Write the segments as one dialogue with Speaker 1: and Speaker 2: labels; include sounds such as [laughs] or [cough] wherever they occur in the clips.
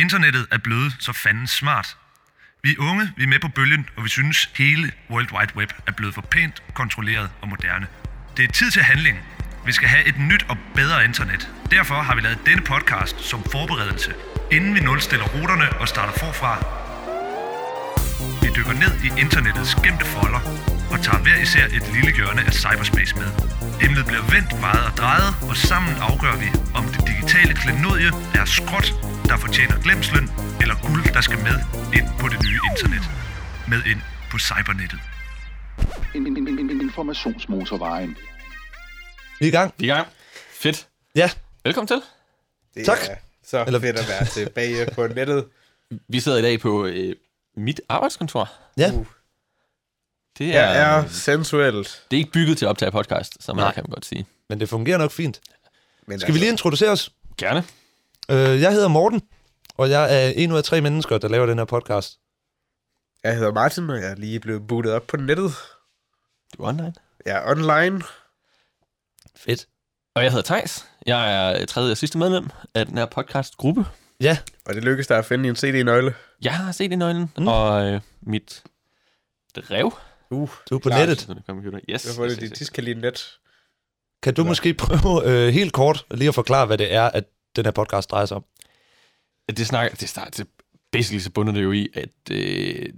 Speaker 1: Internettet er blevet så fanden smart. Vi er unge, vi er med på bølgen, og vi synes, hele World Wide Web er blevet for pænt, kontrolleret og moderne. Det er tid til handling. Vi skal have et nyt og bedre internet. Derfor har vi lavet denne podcast som forberedelse, inden vi nulstiller ruterne og starter forfra. Vi dykker ned i internettets gemte folder og tager hver især et lille hjørne af cyberspace med. Emnet bliver vendt, vejet og drejet, og sammen afgør vi, om det digitale klenodie er skråt, der fortjener glemslen, eller guld, der skal med ind på det nye internet. Med ind på cybernettet.
Speaker 2: en, en, en, en informationsmotorvejen.
Speaker 3: Vi er i gang.
Speaker 4: Vi er i gang. Fedt.
Speaker 3: Ja,
Speaker 4: Velkommen til.
Speaker 5: Det
Speaker 3: Tak.
Speaker 5: er så
Speaker 3: Eller-
Speaker 5: Eller... fedt at være tilbage på [laughs] nettet.
Speaker 4: Vi sidder i dag på øh, mit arbejdskontor.
Speaker 3: ja.
Speaker 5: Uh.
Speaker 4: Det
Speaker 5: Det
Speaker 4: er,
Speaker 5: er sensuelt.
Speaker 4: det er ikke bygget til at optage podcast, som man
Speaker 3: Nej.
Speaker 4: kan man godt sige.
Speaker 3: Men det fungerer nok fint.
Speaker 5: Men altså,
Speaker 3: Skal vi lige introducere os?
Speaker 4: Gerne.
Speaker 3: Øh, Jeg hedder Morten, og jeg er en ud af tre mennesker, der laver den her podcast.
Speaker 5: Jeg hedder Martin, og jeg er lige blevet bootet op på nettet.
Speaker 4: Du er online.
Speaker 5: Jeg er online.
Speaker 3: Fedt.
Speaker 4: Og jeg hedder Tejs. Jeg er øh, tredje og sidste medlem af den her podcastgruppe.
Speaker 3: Ja,
Speaker 5: Og det lykkedes dig at finde en CD-nøgle.
Speaker 4: Jeg har set i nøglen,
Speaker 3: Mm.
Speaker 4: mm. og øh, mit drev.
Speaker 5: Uh,
Speaker 3: du er på
Speaker 5: Klart.
Speaker 3: nettet.
Speaker 4: Sådan en computer. Yes.
Speaker 5: du har fundet
Speaker 4: yes,
Speaker 5: dit
Speaker 4: yes, yes.
Speaker 5: diskalinet.
Speaker 3: Kan du
Speaker 5: Ja.
Speaker 3: måske prøve øh, helt kort lige at forklare, hvad det er, at den her podcast drejer sig om?
Speaker 4: Det snakker, det starter til, basically så bunder det jo i, at øh,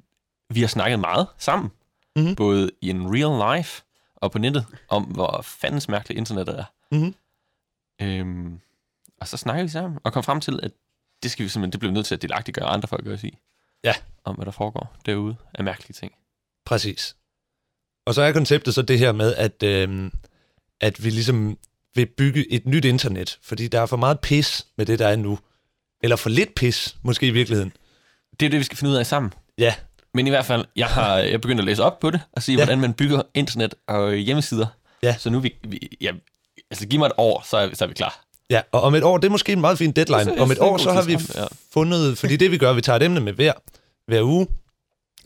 Speaker 4: vi har snakket meget sammen,
Speaker 3: Mhm.
Speaker 4: mm-hmm. både i en real life og på nettet, om hvor fandens mærkeligt internettet er.
Speaker 3: Mhm.
Speaker 4: Øhm, og så snakker vi sammen og kom frem til, at det skal vi simpelthen, det bliver vi nødt til at delagtiggøre andre folk også i.
Speaker 3: Ja.
Speaker 4: Om hvad der foregår derude af mærkelige ting.
Speaker 3: Præcis. Og så er konceptet så det her med, at, øh, at vi ligesom vil bygge et nyt internet, fordi der er for meget pis med det, der er nu. Eller for lidt pis, måske i virkeligheden.
Speaker 4: Det er det, vi skal finde ud af sammen.
Speaker 3: Ja,
Speaker 4: Men i hvert fald, jeg har jeg begyndt at læse op på det og se,
Speaker 3: Ja.
Speaker 4: ja. hvordan man bygger internet og hjemmesider.
Speaker 3: Ja.
Speaker 4: Så nu er vi, vi ja, altså giv mig et år, så er, så er vi klar.
Speaker 3: Ja, og om et år, det er måske en meget fin
Speaker 4: Det
Speaker 3: deadline.
Speaker 4: synes jeg
Speaker 3: Om et
Speaker 4: er en
Speaker 3: år,
Speaker 4: god
Speaker 3: så har vi
Speaker 4: tidsramme, ja.
Speaker 3: fundet, fordi det vi gør, vi tager et emne med hver, hver uge,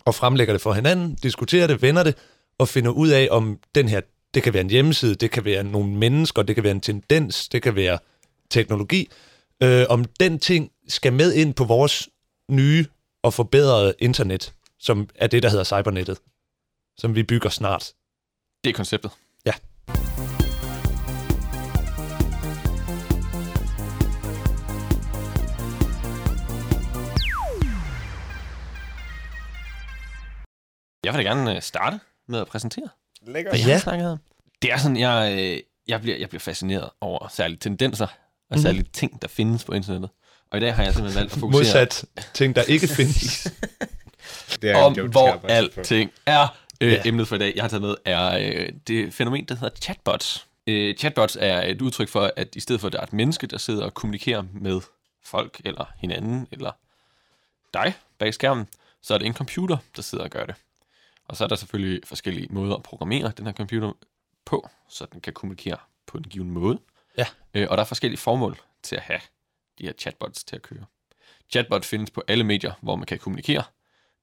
Speaker 3: og fremlægger det for hinanden, diskuterer det, vender det, og finder ud af, om den her, det kan være en hjemmeside, det kan være nogle mennesker, det kan være en tendens, det kan være teknologi, øh, om den ting skal med ind på vores nye og forbedrede internet, som er det, der hedder cybernettet, som vi bygger snart.
Speaker 4: Det er konceptet.
Speaker 3: Ja.
Speaker 4: Jeg vil da gerne øh, starte med at præsentere,
Speaker 5: Lækker.
Speaker 4: hvad jeg
Speaker 3: Ja.
Speaker 4: ja. har snakket om. Det er sådan, jeg, øh, jeg, bliver, jeg bliver fascineret over særlige tendenser og
Speaker 3: Mhm.
Speaker 4: særlige ting, der findes på internettet. Og i dag har jeg simpelthen valgt at fokusere
Speaker 3: Modsat ting, der
Speaker 4: [laughs]
Speaker 3: ikke findes.
Speaker 5: Det en
Speaker 4: om,
Speaker 5: joke, jeg
Speaker 4: hvor
Speaker 5: arbejder på.
Speaker 4: alting er. Øh,
Speaker 3: altså, Ja.
Speaker 4: Emnet for i dag, jeg har taget med, er øh, det fænomen, der hedder chatbots. Øh, chatbots er et udtryk for, at i stedet for, at der er et menneske, der sidder og kommunikerer med folk, eller hinanden, eller dig bag skærmen, så er det en computer, der sidder og gør det. Og så er der selvfølgelig forskellige måder at programmere den her computer på, så den kan kommunikere på en given måde.
Speaker 3: Ja.
Speaker 4: Øh, og der er forskellige formål til at have de her chatbots til at køre. Chatbot findes på alle medier, hvor man kan kommunikere.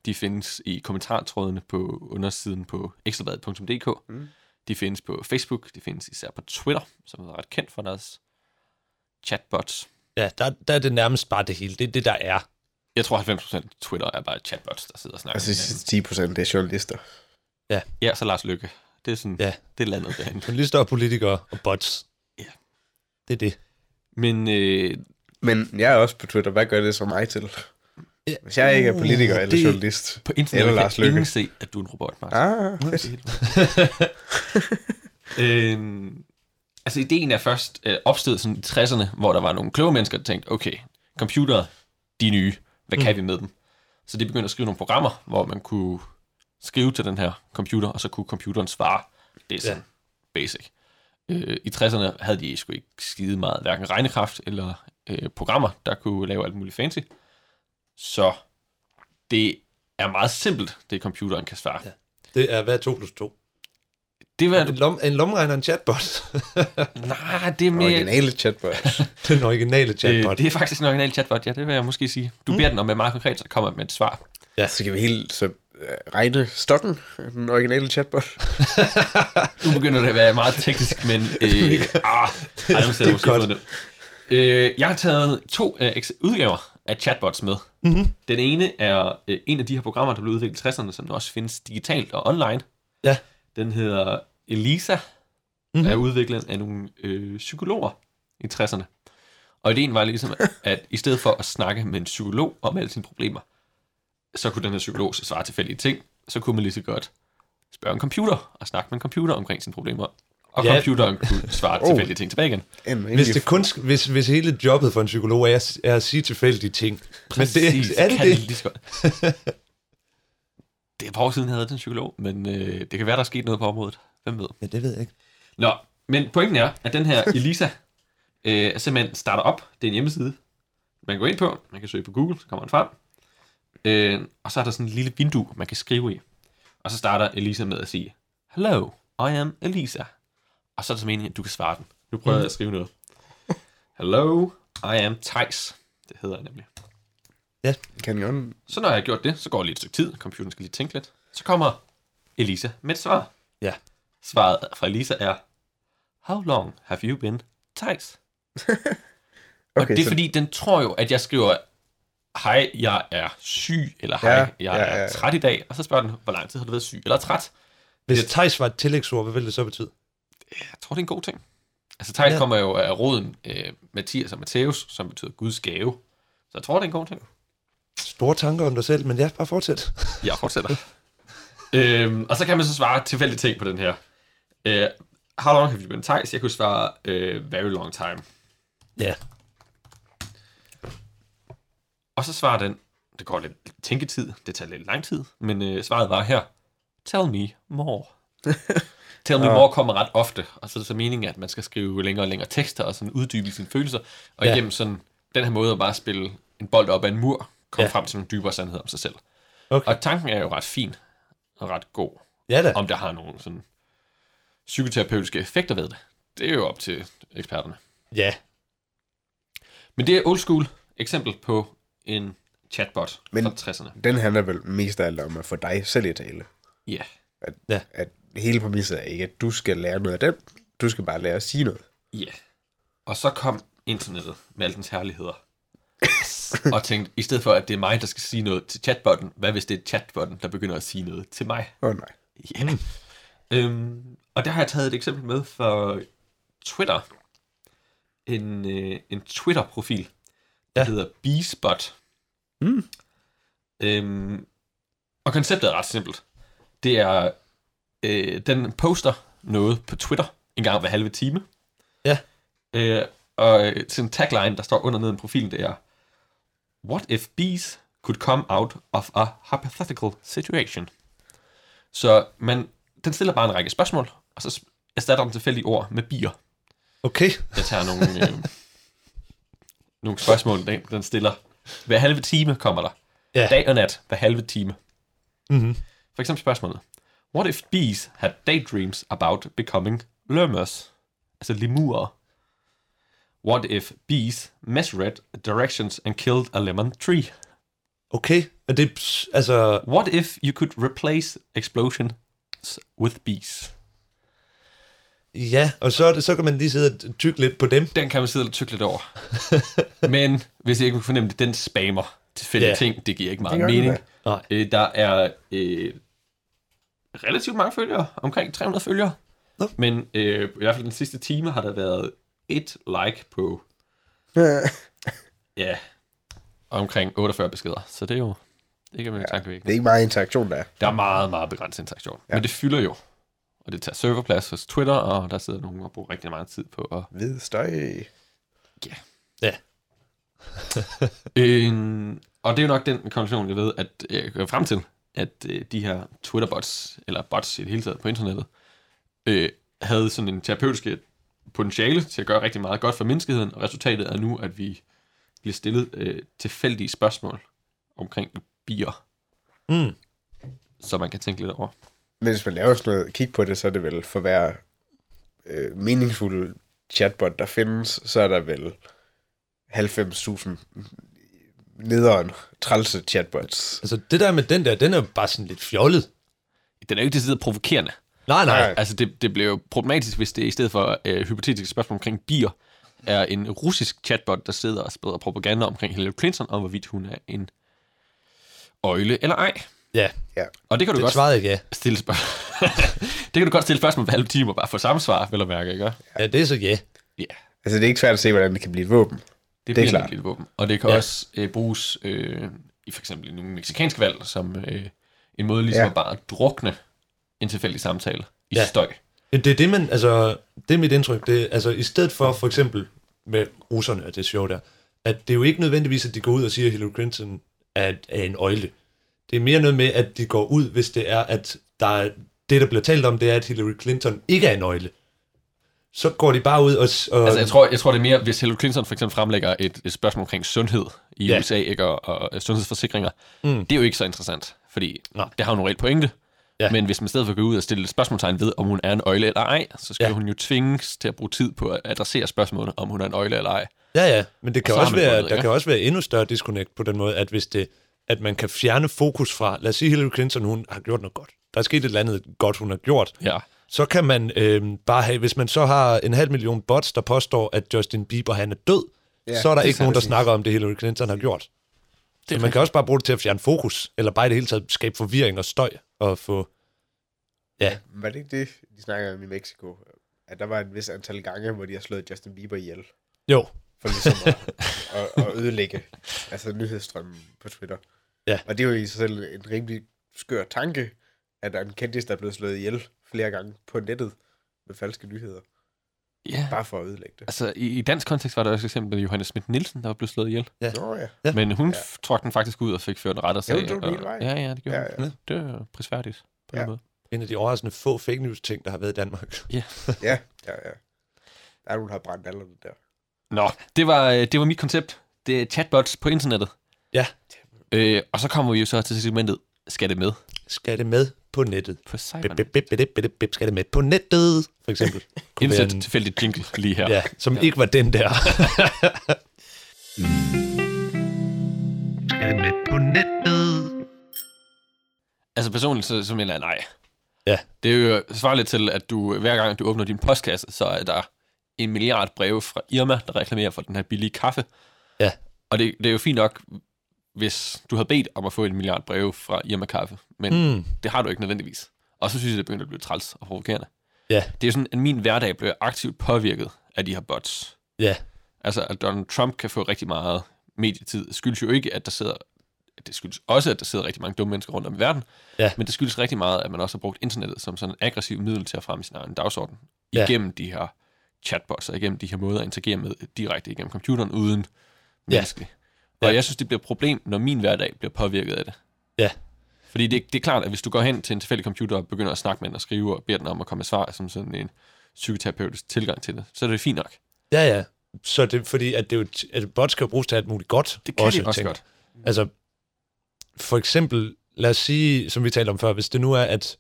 Speaker 4: De findes i kommentartrådene på undersiden på ekstrabladet.dk.
Speaker 5: Mm.
Speaker 4: Mm. De findes på Facebook. De findes især på Twitter, som er ret kendt for deres chatbots.
Speaker 3: Ja, der, der er det nærmest bare det hele. Det er det, der er.
Speaker 4: Jeg tror 90% Twitter er bare chatbots, der sidder og snakker.
Speaker 5: Altså,
Speaker 4: med
Speaker 5: de sidste 10 procent, det er journalister.
Speaker 4: hinanden. Ja, så Lars Lykke. Det er sådan,
Speaker 3: Ja.
Speaker 4: ja. det er landet derhen.
Speaker 3: Journalister og politikere og bots.
Speaker 4: Ja.
Speaker 3: Det er det.
Speaker 4: Men øh,
Speaker 5: Men jeg er også på Twitter. Hvad gør det så mig til?
Speaker 3: Ja.
Speaker 5: Hvis jeg ikke er politiker
Speaker 3: Uh,
Speaker 5: eller
Speaker 3: det-
Speaker 5: journalist.
Speaker 4: på internet
Speaker 5: Eller
Speaker 4: kan
Speaker 5: Lars Løkke.
Speaker 4: ingen se, at du er en robot, Martin.
Speaker 5: Ah,
Speaker 4: Det
Speaker 5: fedt.
Speaker 4: er helt vildt. øhm, altså ideen er først øh, opstået sådan i 60'erne, hvor der var nogle kloge mennesker, der tænkte, okay, computere, de er nye, hvad kan vi med dem? Så de begyndte at skrive nogle programmer, hvor man kunne skrive til den her computer, og så kunne computeren svare. Det er sådan ja. basic. Øh, I 60'erne havde de sgu ikke skide meget, hverken regnekraft eller øh, programmer, der kunne lave alt muligt fancy. Så det er meget simpelt, det computeren kan svare.
Speaker 3: Ja. Det er hvad er 2 plus 2?
Speaker 4: Det var,
Speaker 3: En, lom, en lomregner og en chatbot. [laughs]
Speaker 4: Nej, det er mere...
Speaker 5: Originale chatbot.
Speaker 3: Den originale
Speaker 4: Øh,
Speaker 3: chatbot. Mm.
Speaker 4: det er faktisk en original chatbot, ja, det vil jeg måske sige. Du beder den om at være meget konkret, så kommer den med et svar.
Speaker 5: Så kan vi helt så øh, regne stokken, den originale chatbot.
Speaker 4: Nu begynder det at være meget teknisk,
Speaker 3: [laughs]
Speaker 4: men... Øh, ah, ej, nu sidder jeg måske
Speaker 3: godt.
Speaker 4: på det. Øh, jeg har taget to øh, eks- udgaver af chatbots med. Mm-hmm. Den ene er øh, en af de her programmer, der blev udviklet i 60'erne, som nu også findes digitalt og online.
Speaker 3: Ja.
Speaker 4: Den hedder Elisa, mm-hmm. er udviklet af nogle øh, psykologer i 60'erne. Og ideen var ligesom, at i stedet for at snakke med en psykolog om alle sine problemer, så kunne den her psykolog så svare tilfældige ting, så kunne man lige så godt spørge en computer og snakke med en computer omkring sine problemer. Og
Speaker 3: Ja.
Speaker 4: computeren kunne svare
Speaker 5: Oh.
Speaker 4: tilfældige ting tilbage igen.
Speaker 5: Jamen,
Speaker 3: Hvis, det kun, sk- hvis, hvis hele jobbet for en psykolog er, at- er at sige tilfældige ting. Men det, er det
Speaker 4: kan
Speaker 3: det?
Speaker 4: lige så godt. [laughs] det er et par år siden, jeg havde den psykolog, men øh, det kan være, der er sket noget på området. Hvem ved?
Speaker 3: Ja, det ved jeg ikke.
Speaker 4: Nå, men pointen er, at den her Elisa [laughs] øh, simpelthen starter op. Det er en hjemmeside, man går ind på. Man kan søge på Google, så kommer den frem. Øh, og så er der sådan et lille vindue, man kan skrive i. Og så starter Elisa med at sige, Hello, I am Elisa. Og så er det så meningen, at du kan svare den. Nu prøver jeg at skrive
Speaker 3: [laughs]
Speaker 4: noget. Hello, I am Thijs. Det hedder jeg nemlig.
Speaker 5: Kan jeg godt...
Speaker 4: Så når jeg har gjort det, så går lige et stykke tid, computeren skal lige tænke lidt. Så kommer Elisa med et svar.
Speaker 3: Ja.
Speaker 4: Svaret fra Elisa er, How long have you been Thijs? Okay, og det er
Speaker 5: så-
Speaker 4: fordi, den tror jo, at jeg skriver, Hej, jeg er syg, eller hej, ja, jeg ja, ja, ja. er træt i dag. Og så spørger den, hvor lang tid har du været syg eller træt?
Speaker 3: Hvis Thijs var et tillægsord, hvad ville det så betyde?
Speaker 4: Jeg tror, det er en god ting. Altså, Thijs
Speaker 3: Ja.
Speaker 4: ja. kommer jo af roden øh, Mathias og Matthæus, som betyder Guds gave. Så jeg tror, det er en god ting.
Speaker 3: Store tanker om dig selv, men ja, bare fortsæt.
Speaker 4: Jeg fortsætter. [laughs] øhm, og så kan man så svare tilfældige ting på den her. Øh, how long have you been Thijs? Jeg kunne svare øh, very long time.
Speaker 3: Ja.
Speaker 4: Og så svarer den, det går lidt tænketid, det tager lidt lang tid, men øh, svaret var her, tell me [laughs] more. tell me more kommer ret ofte, og så er det så meningen, at man skal skrive længere og længere tekster, og sådan uddybe sine følelser, og
Speaker 3: Ja.
Speaker 4: ja. igennem sådan, den her måde at bare spille en bold op ad en mur, komme
Speaker 3: Ja.
Speaker 4: ja. frem til nogle dybere sandheder om sig selv.
Speaker 3: Okay.
Speaker 4: Og tanken er jo ret fin, og ret god.
Speaker 3: Ja da.
Speaker 4: om der har nogle sådan psykoterapeutiske effekter ved det. Det er jo op til eksperterne.
Speaker 3: Ja.
Speaker 4: Men det er old school eksempel på en chatbot
Speaker 5: Men-
Speaker 4: Men... fra 60'erne.
Speaker 5: Den handler vel mest af alt om at få dig selv i tale.
Speaker 4: Ja.
Speaker 5: At hele præmisset er ikke, at du skal lære noget af den. Du skal bare lære at sige noget.
Speaker 4: Ja. Og så kom internettet med alle dens herligheder. og tænkte, i stedet for at det er mig, der skal sige noget til chatbotten, hvad hvis det er chatbotten, der begynder at sige noget til mig?
Speaker 5: Åh oh, nej.
Speaker 4: Ja. Øhm, og der har jeg taget et eksempel med fra Twitter. En, øh, en Twitter-profil, der
Speaker 3: Ja.
Speaker 4: ja. hedder Beespot.
Speaker 5: Mm.
Speaker 4: Øhm, og konceptet er ret simpelt. Det er, øh, den poster noget på Twitter en gang hver halve time.
Speaker 3: Ja.
Speaker 4: Øh, og øh, til en tagline, der står under neden af profilen, det er, What if bees could come out of a hypothetical situation? Så man, den stiller bare en række spørgsmål, og så s- erstatter den tilfældige ord med bier.
Speaker 3: Okay.
Speaker 4: Jeg tager nogle, øh,
Speaker 3: [laughs]
Speaker 4: nogle spørgsmål, den, den stiller. Hver halve time kommer der.
Speaker 3: Ja.
Speaker 4: Dag og nat, hver halve time.
Speaker 3: Mm-hmm.
Speaker 4: For eksempel spørgsmålet. What if bees had daydreams about becoming lemurs? Altså lemurer. What if bees misread directions and killed a lemon tree?
Speaker 3: Okay. Og det, ps- altså,
Speaker 4: What if you could replace explosions with bees?
Speaker 3: ja. Og så, er det- så kan man lige sidde og tykke lidt på dem.
Speaker 4: Den kan man sidde og tykke lidt over. Men hvis I ikke kan fornemme det, den spammer tilfældige
Speaker 3: Ja.
Speaker 4: yeah. ting. Det giver ikke meget
Speaker 5: Det gør den
Speaker 4: mening.
Speaker 5: da.
Speaker 3: Nej.
Speaker 4: Øh, der er øh, relativt mange følgere. Omkring 300 følgere.
Speaker 3: Nå.
Speaker 4: Men øh, i hvert fald den sidste time har der været et like på ja, omkring 48 beskeder. Så det er jo ikke en
Speaker 5: det er
Speaker 4: tankevækkende.
Speaker 5: ikke meget interaktion, der er.
Speaker 4: Der er meget, meget begrænset interaktion. Ja. Men det fylder jo. Og det tager serverplads hos Twitter, og der sidder nogen og bruger rigtig meget tid på at
Speaker 5: Ved støj.
Speaker 4: Øh, og det er jo nok den konklusion, jeg ved, at øh, jeg kommer frem til, at øh, de her Twitter-bots, eller bots i det hele taget på internettet, øh, havde sådan en terapeutisk øh, potentiale til at gøre rigtig meget godt for menneskeheden, og resultatet er nu, at vi bliver stillet øh, tilfældige spørgsmål omkring bier,
Speaker 3: Mm.
Speaker 4: så man kan tænke lidt over.
Speaker 5: Men hvis man laver sådan noget, kig på det, så er det vel for hver øh, meningsfulde chatbot, der findes, så er der vel 90.000 nederen trælse chatbots.
Speaker 3: Altså, det der med den der, den er jo bare sådan lidt fjollet.
Speaker 4: Den er jo ikke decideret provokerende.
Speaker 3: Nej, nej.
Speaker 5: Nej.
Speaker 4: Altså, det, det bliver jo problematisk, hvis det i stedet for øh, hypotetiske spørgsmål omkring bier, er en russisk chatbot, der sidder og spreder propaganda omkring Hillary Clinton, om hvorvidt hun er en øjle eller ej.
Speaker 3: Ja,
Speaker 5: Ja.
Speaker 4: Og det kan du
Speaker 3: det
Speaker 4: godt
Speaker 3: svarede ikke ja.
Speaker 4: stille spørgsmål. [laughs] det kan du godt stille spørgsmål hver halve time og bare få samme svar, vel at mærke, ikke?
Speaker 3: Ja, det er så ja.
Speaker 4: Ja,
Speaker 5: Altså, det er ikke svært at se, hvordan det kan blive et våben.
Speaker 4: det,
Speaker 5: Det er
Speaker 4: bliver
Speaker 5: klart.
Speaker 4: et lille våben. Og det kan
Speaker 3: Ja.
Speaker 4: ja. også øh, bruges øh, i for eksempel i nogle meksikanske valg, som øh, en måde ligesom
Speaker 5: Ja.
Speaker 4: ja. at bare drukne en tilfældig samtale i
Speaker 3: Ja.
Speaker 4: ja. støj.
Speaker 3: Jamen, Det er det, man, altså, det er mit indtryk. Det, er- altså, i stedet for, for eksempel med russerne, og det er sjovt der, at det er jo ikke nødvendigvis, at de går ud og siger, at Hillary Clinton er, er en øjle. Det er mere noget med, at de går ud, hvis det er, at der er, det, der bliver talt om, det er, at Hillary Clinton ikke er en øjle. Så går de bare ud og... s- og
Speaker 4: Altså, jeg tror, jeg tror, det er mere, hvis Hillary Clinton for eksempel fremlægger et, et spørgsmål omkring sundhed i
Speaker 3: Ja.
Speaker 4: ja. USA, ikke, og, og, og sundhedsforsikringer,
Speaker 3: Mm.
Speaker 4: mm. det er jo ikke så interessant, fordi
Speaker 3: Nej.
Speaker 4: det har jo en reelt pointe.
Speaker 3: Ja.
Speaker 4: Ja. Men hvis man i stedet for går ud og stille et spørgsmålstegn ved, om hun er en øjle eller ej, så skal
Speaker 3: Ja.
Speaker 4: ja. hun jo tvinges til at bruge tid på at adressere spørgsmålet, om hun er en øjle eller ej.
Speaker 3: Ja, ja, men det kan
Speaker 4: så
Speaker 3: også
Speaker 4: har man
Speaker 3: være,
Speaker 4: vundet,
Speaker 3: der
Speaker 4: ikke?
Speaker 3: kan også være endnu større disconnect på den måde, at hvis det, at man kan fjerne fokus fra, lad os sige Hillary Clinton, hun har gjort noget godt. Der er sket et eller andet godt, hun har gjort.
Speaker 4: Ja.
Speaker 3: så kan man øh, bare have, hvis man så har en halv million bots, der påstår, at Justin Bieber han er død, ja,
Speaker 5: Ja,
Speaker 3: så er der
Speaker 5: det er
Speaker 3: ikke nogen, der
Speaker 5: præcis.
Speaker 3: snakker om det, Hillary Clinton har gjort. Det så man kan også bare bruge det til at fjerne fokus, eller bare i det hele taget skabe forvirring og støj, og få... Ja,
Speaker 5: Var det ikke det, de snakkede om i Mexico? At der var et vis antal gange, hvor de har slået Justin Bieber ihjel.
Speaker 3: jo,
Speaker 5: For ligesom at, at, at ødelægge altså, nyhedsstrømmen på Twitter.
Speaker 3: Ja.
Speaker 5: Og det er jo i sig selv en rimelig skør tanke, at der er en kendis, der er blevet slået ihjel flere gange på nettet med falske nyheder.
Speaker 4: Ja.
Speaker 5: Bare for at ødelægge det.
Speaker 4: Altså, i, i dansk kontekst var der også et eksempel med Johannes Schmidt Nielsen, der var blevet slået ihjel.
Speaker 3: Altså.
Speaker 5: Nå ja.
Speaker 3: Ja.
Speaker 4: Ja. Men hun ja. trak den faktisk ud og fik ført en ret og
Speaker 5: Ja,
Speaker 4: sag.
Speaker 5: hun tog den
Speaker 4: og-
Speaker 5: hele vejen.
Speaker 4: Ja, ja, det gjorde
Speaker 5: Ja,
Speaker 4: ja, ja.
Speaker 3: ja.
Speaker 4: hun. Det var prisværdigt på ja.
Speaker 5: Ja.
Speaker 4: den måde.
Speaker 3: en af de overraskende få fake news-ting, der har været i Danmark.
Speaker 5: Ja, ja, ja. Der er nogen, der har brændt alle det der.
Speaker 4: Nå, det var, øh, det var mit koncept. Det er chatbots på internettet.
Speaker 3: Ja.
Speaker 4: Øh, og så kommer vi jo så til segmentet, skal det med
Speaker 3: Skal det med på nettet?
Speaker 4: på Simon?
Speaker 3: Bip, bip, bip, bip, bip, bip, skal det med på nettet, for
Speaker 4: [laughs]
Speaker 3: eksempel. Kunne være
Speaker 4: Indsæt
Speaker 3: en-
Speaker 4: tilfældig jingle lige her.
Speaker 3: Ja, som ikke var den der. [laughs] skal det med på nettet?
Speaker 4: Altså personligt, så, så mener jeg nej.
Speaker 3: Ja.
Speaker 4: Det er jo svarligt til, at du hver gang du åbner din postkasse, så er der en milliard breve fra Irma, der reklamerer for den her billige kaffe.
Speaker 3: Ja.
Speaker 4: Og det, det er jo fint nok, hvis du havde bedt om at få en milliard breve fra Irma Kaffe, men
Speaker 3: Mm.
Speaker 4: mm. det har du ikke nødvendigvis. Og så synes jeg, det begynder at blive træls og provokerende.
Speaker 3: Ja.
Speaker 4: Det er jo sådan, at min hverdag bliver aktivt påvirket af de her bots.
Speaker 3: Ja.
Speaker 4: Altså, at Donald Trump kan få rigtig meget medietid, skyldes jo ikke, at der sidder... Det skyldes også, at der sidder rigtig mange dumme mennesker rundt om i verden,
Speaker 3: Ja.
Speaker 4: men det skyldes rigtig meget, at man også har brugt internettet som sådan en aggressiv middel til at fremme sin egen dagsorden,
Speaker 3: Ja.
Speaker 4: igennem de her chatbots, og igennem de her måder at interagere med direkte igennem computeren, uden
Speaker 3: Ja.
Speaker 4: menneskelig.
Speaker 3: Ja.
Speaker 4: Og jeg synes, det bliver et problem, når min hverdag bliver påvirket af det.
Speaker 3: Ja.
Speaker 4: Fordi det, det er klart, at hvis du går hen til en tilfældig computer og begynder at snakke med den og skrive og beder den om at komme med svar, som sådan en psykoterapeutisk tilgang til det, så er det fint nok.
Speaker 3: Ja, ja. Så det er fordi, at, det er jo t- at bots kan jo bruges til alt muligt godt.
Speaker 4: Det kan også, de også
Speaker 3: tænker
Speaker 4: godt.
Speaker 3: jeg. Altså, for eksempel, lad os sige, som vi talte om før, hvis det nu er, at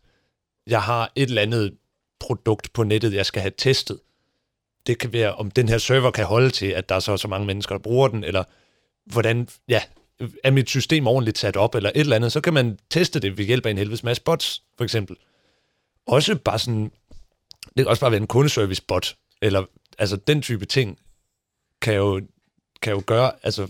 Speaker 3: jeg har et eller andet produkt på nettet, jeg skal have testet. Det kan være, om den her server kan holde til, at der er så og så mange mennesker, der bruger den, eller hvordan, ja, er mit system ordentligt sat op, eller et eller andet, så kan man teste det ved hjælp af en helvedes masse bots, for eksempel. Også bare sådan, det kan også bare være en kundeservice-bot, eller altså den type ting, kan jo, kan jo gøre, altså,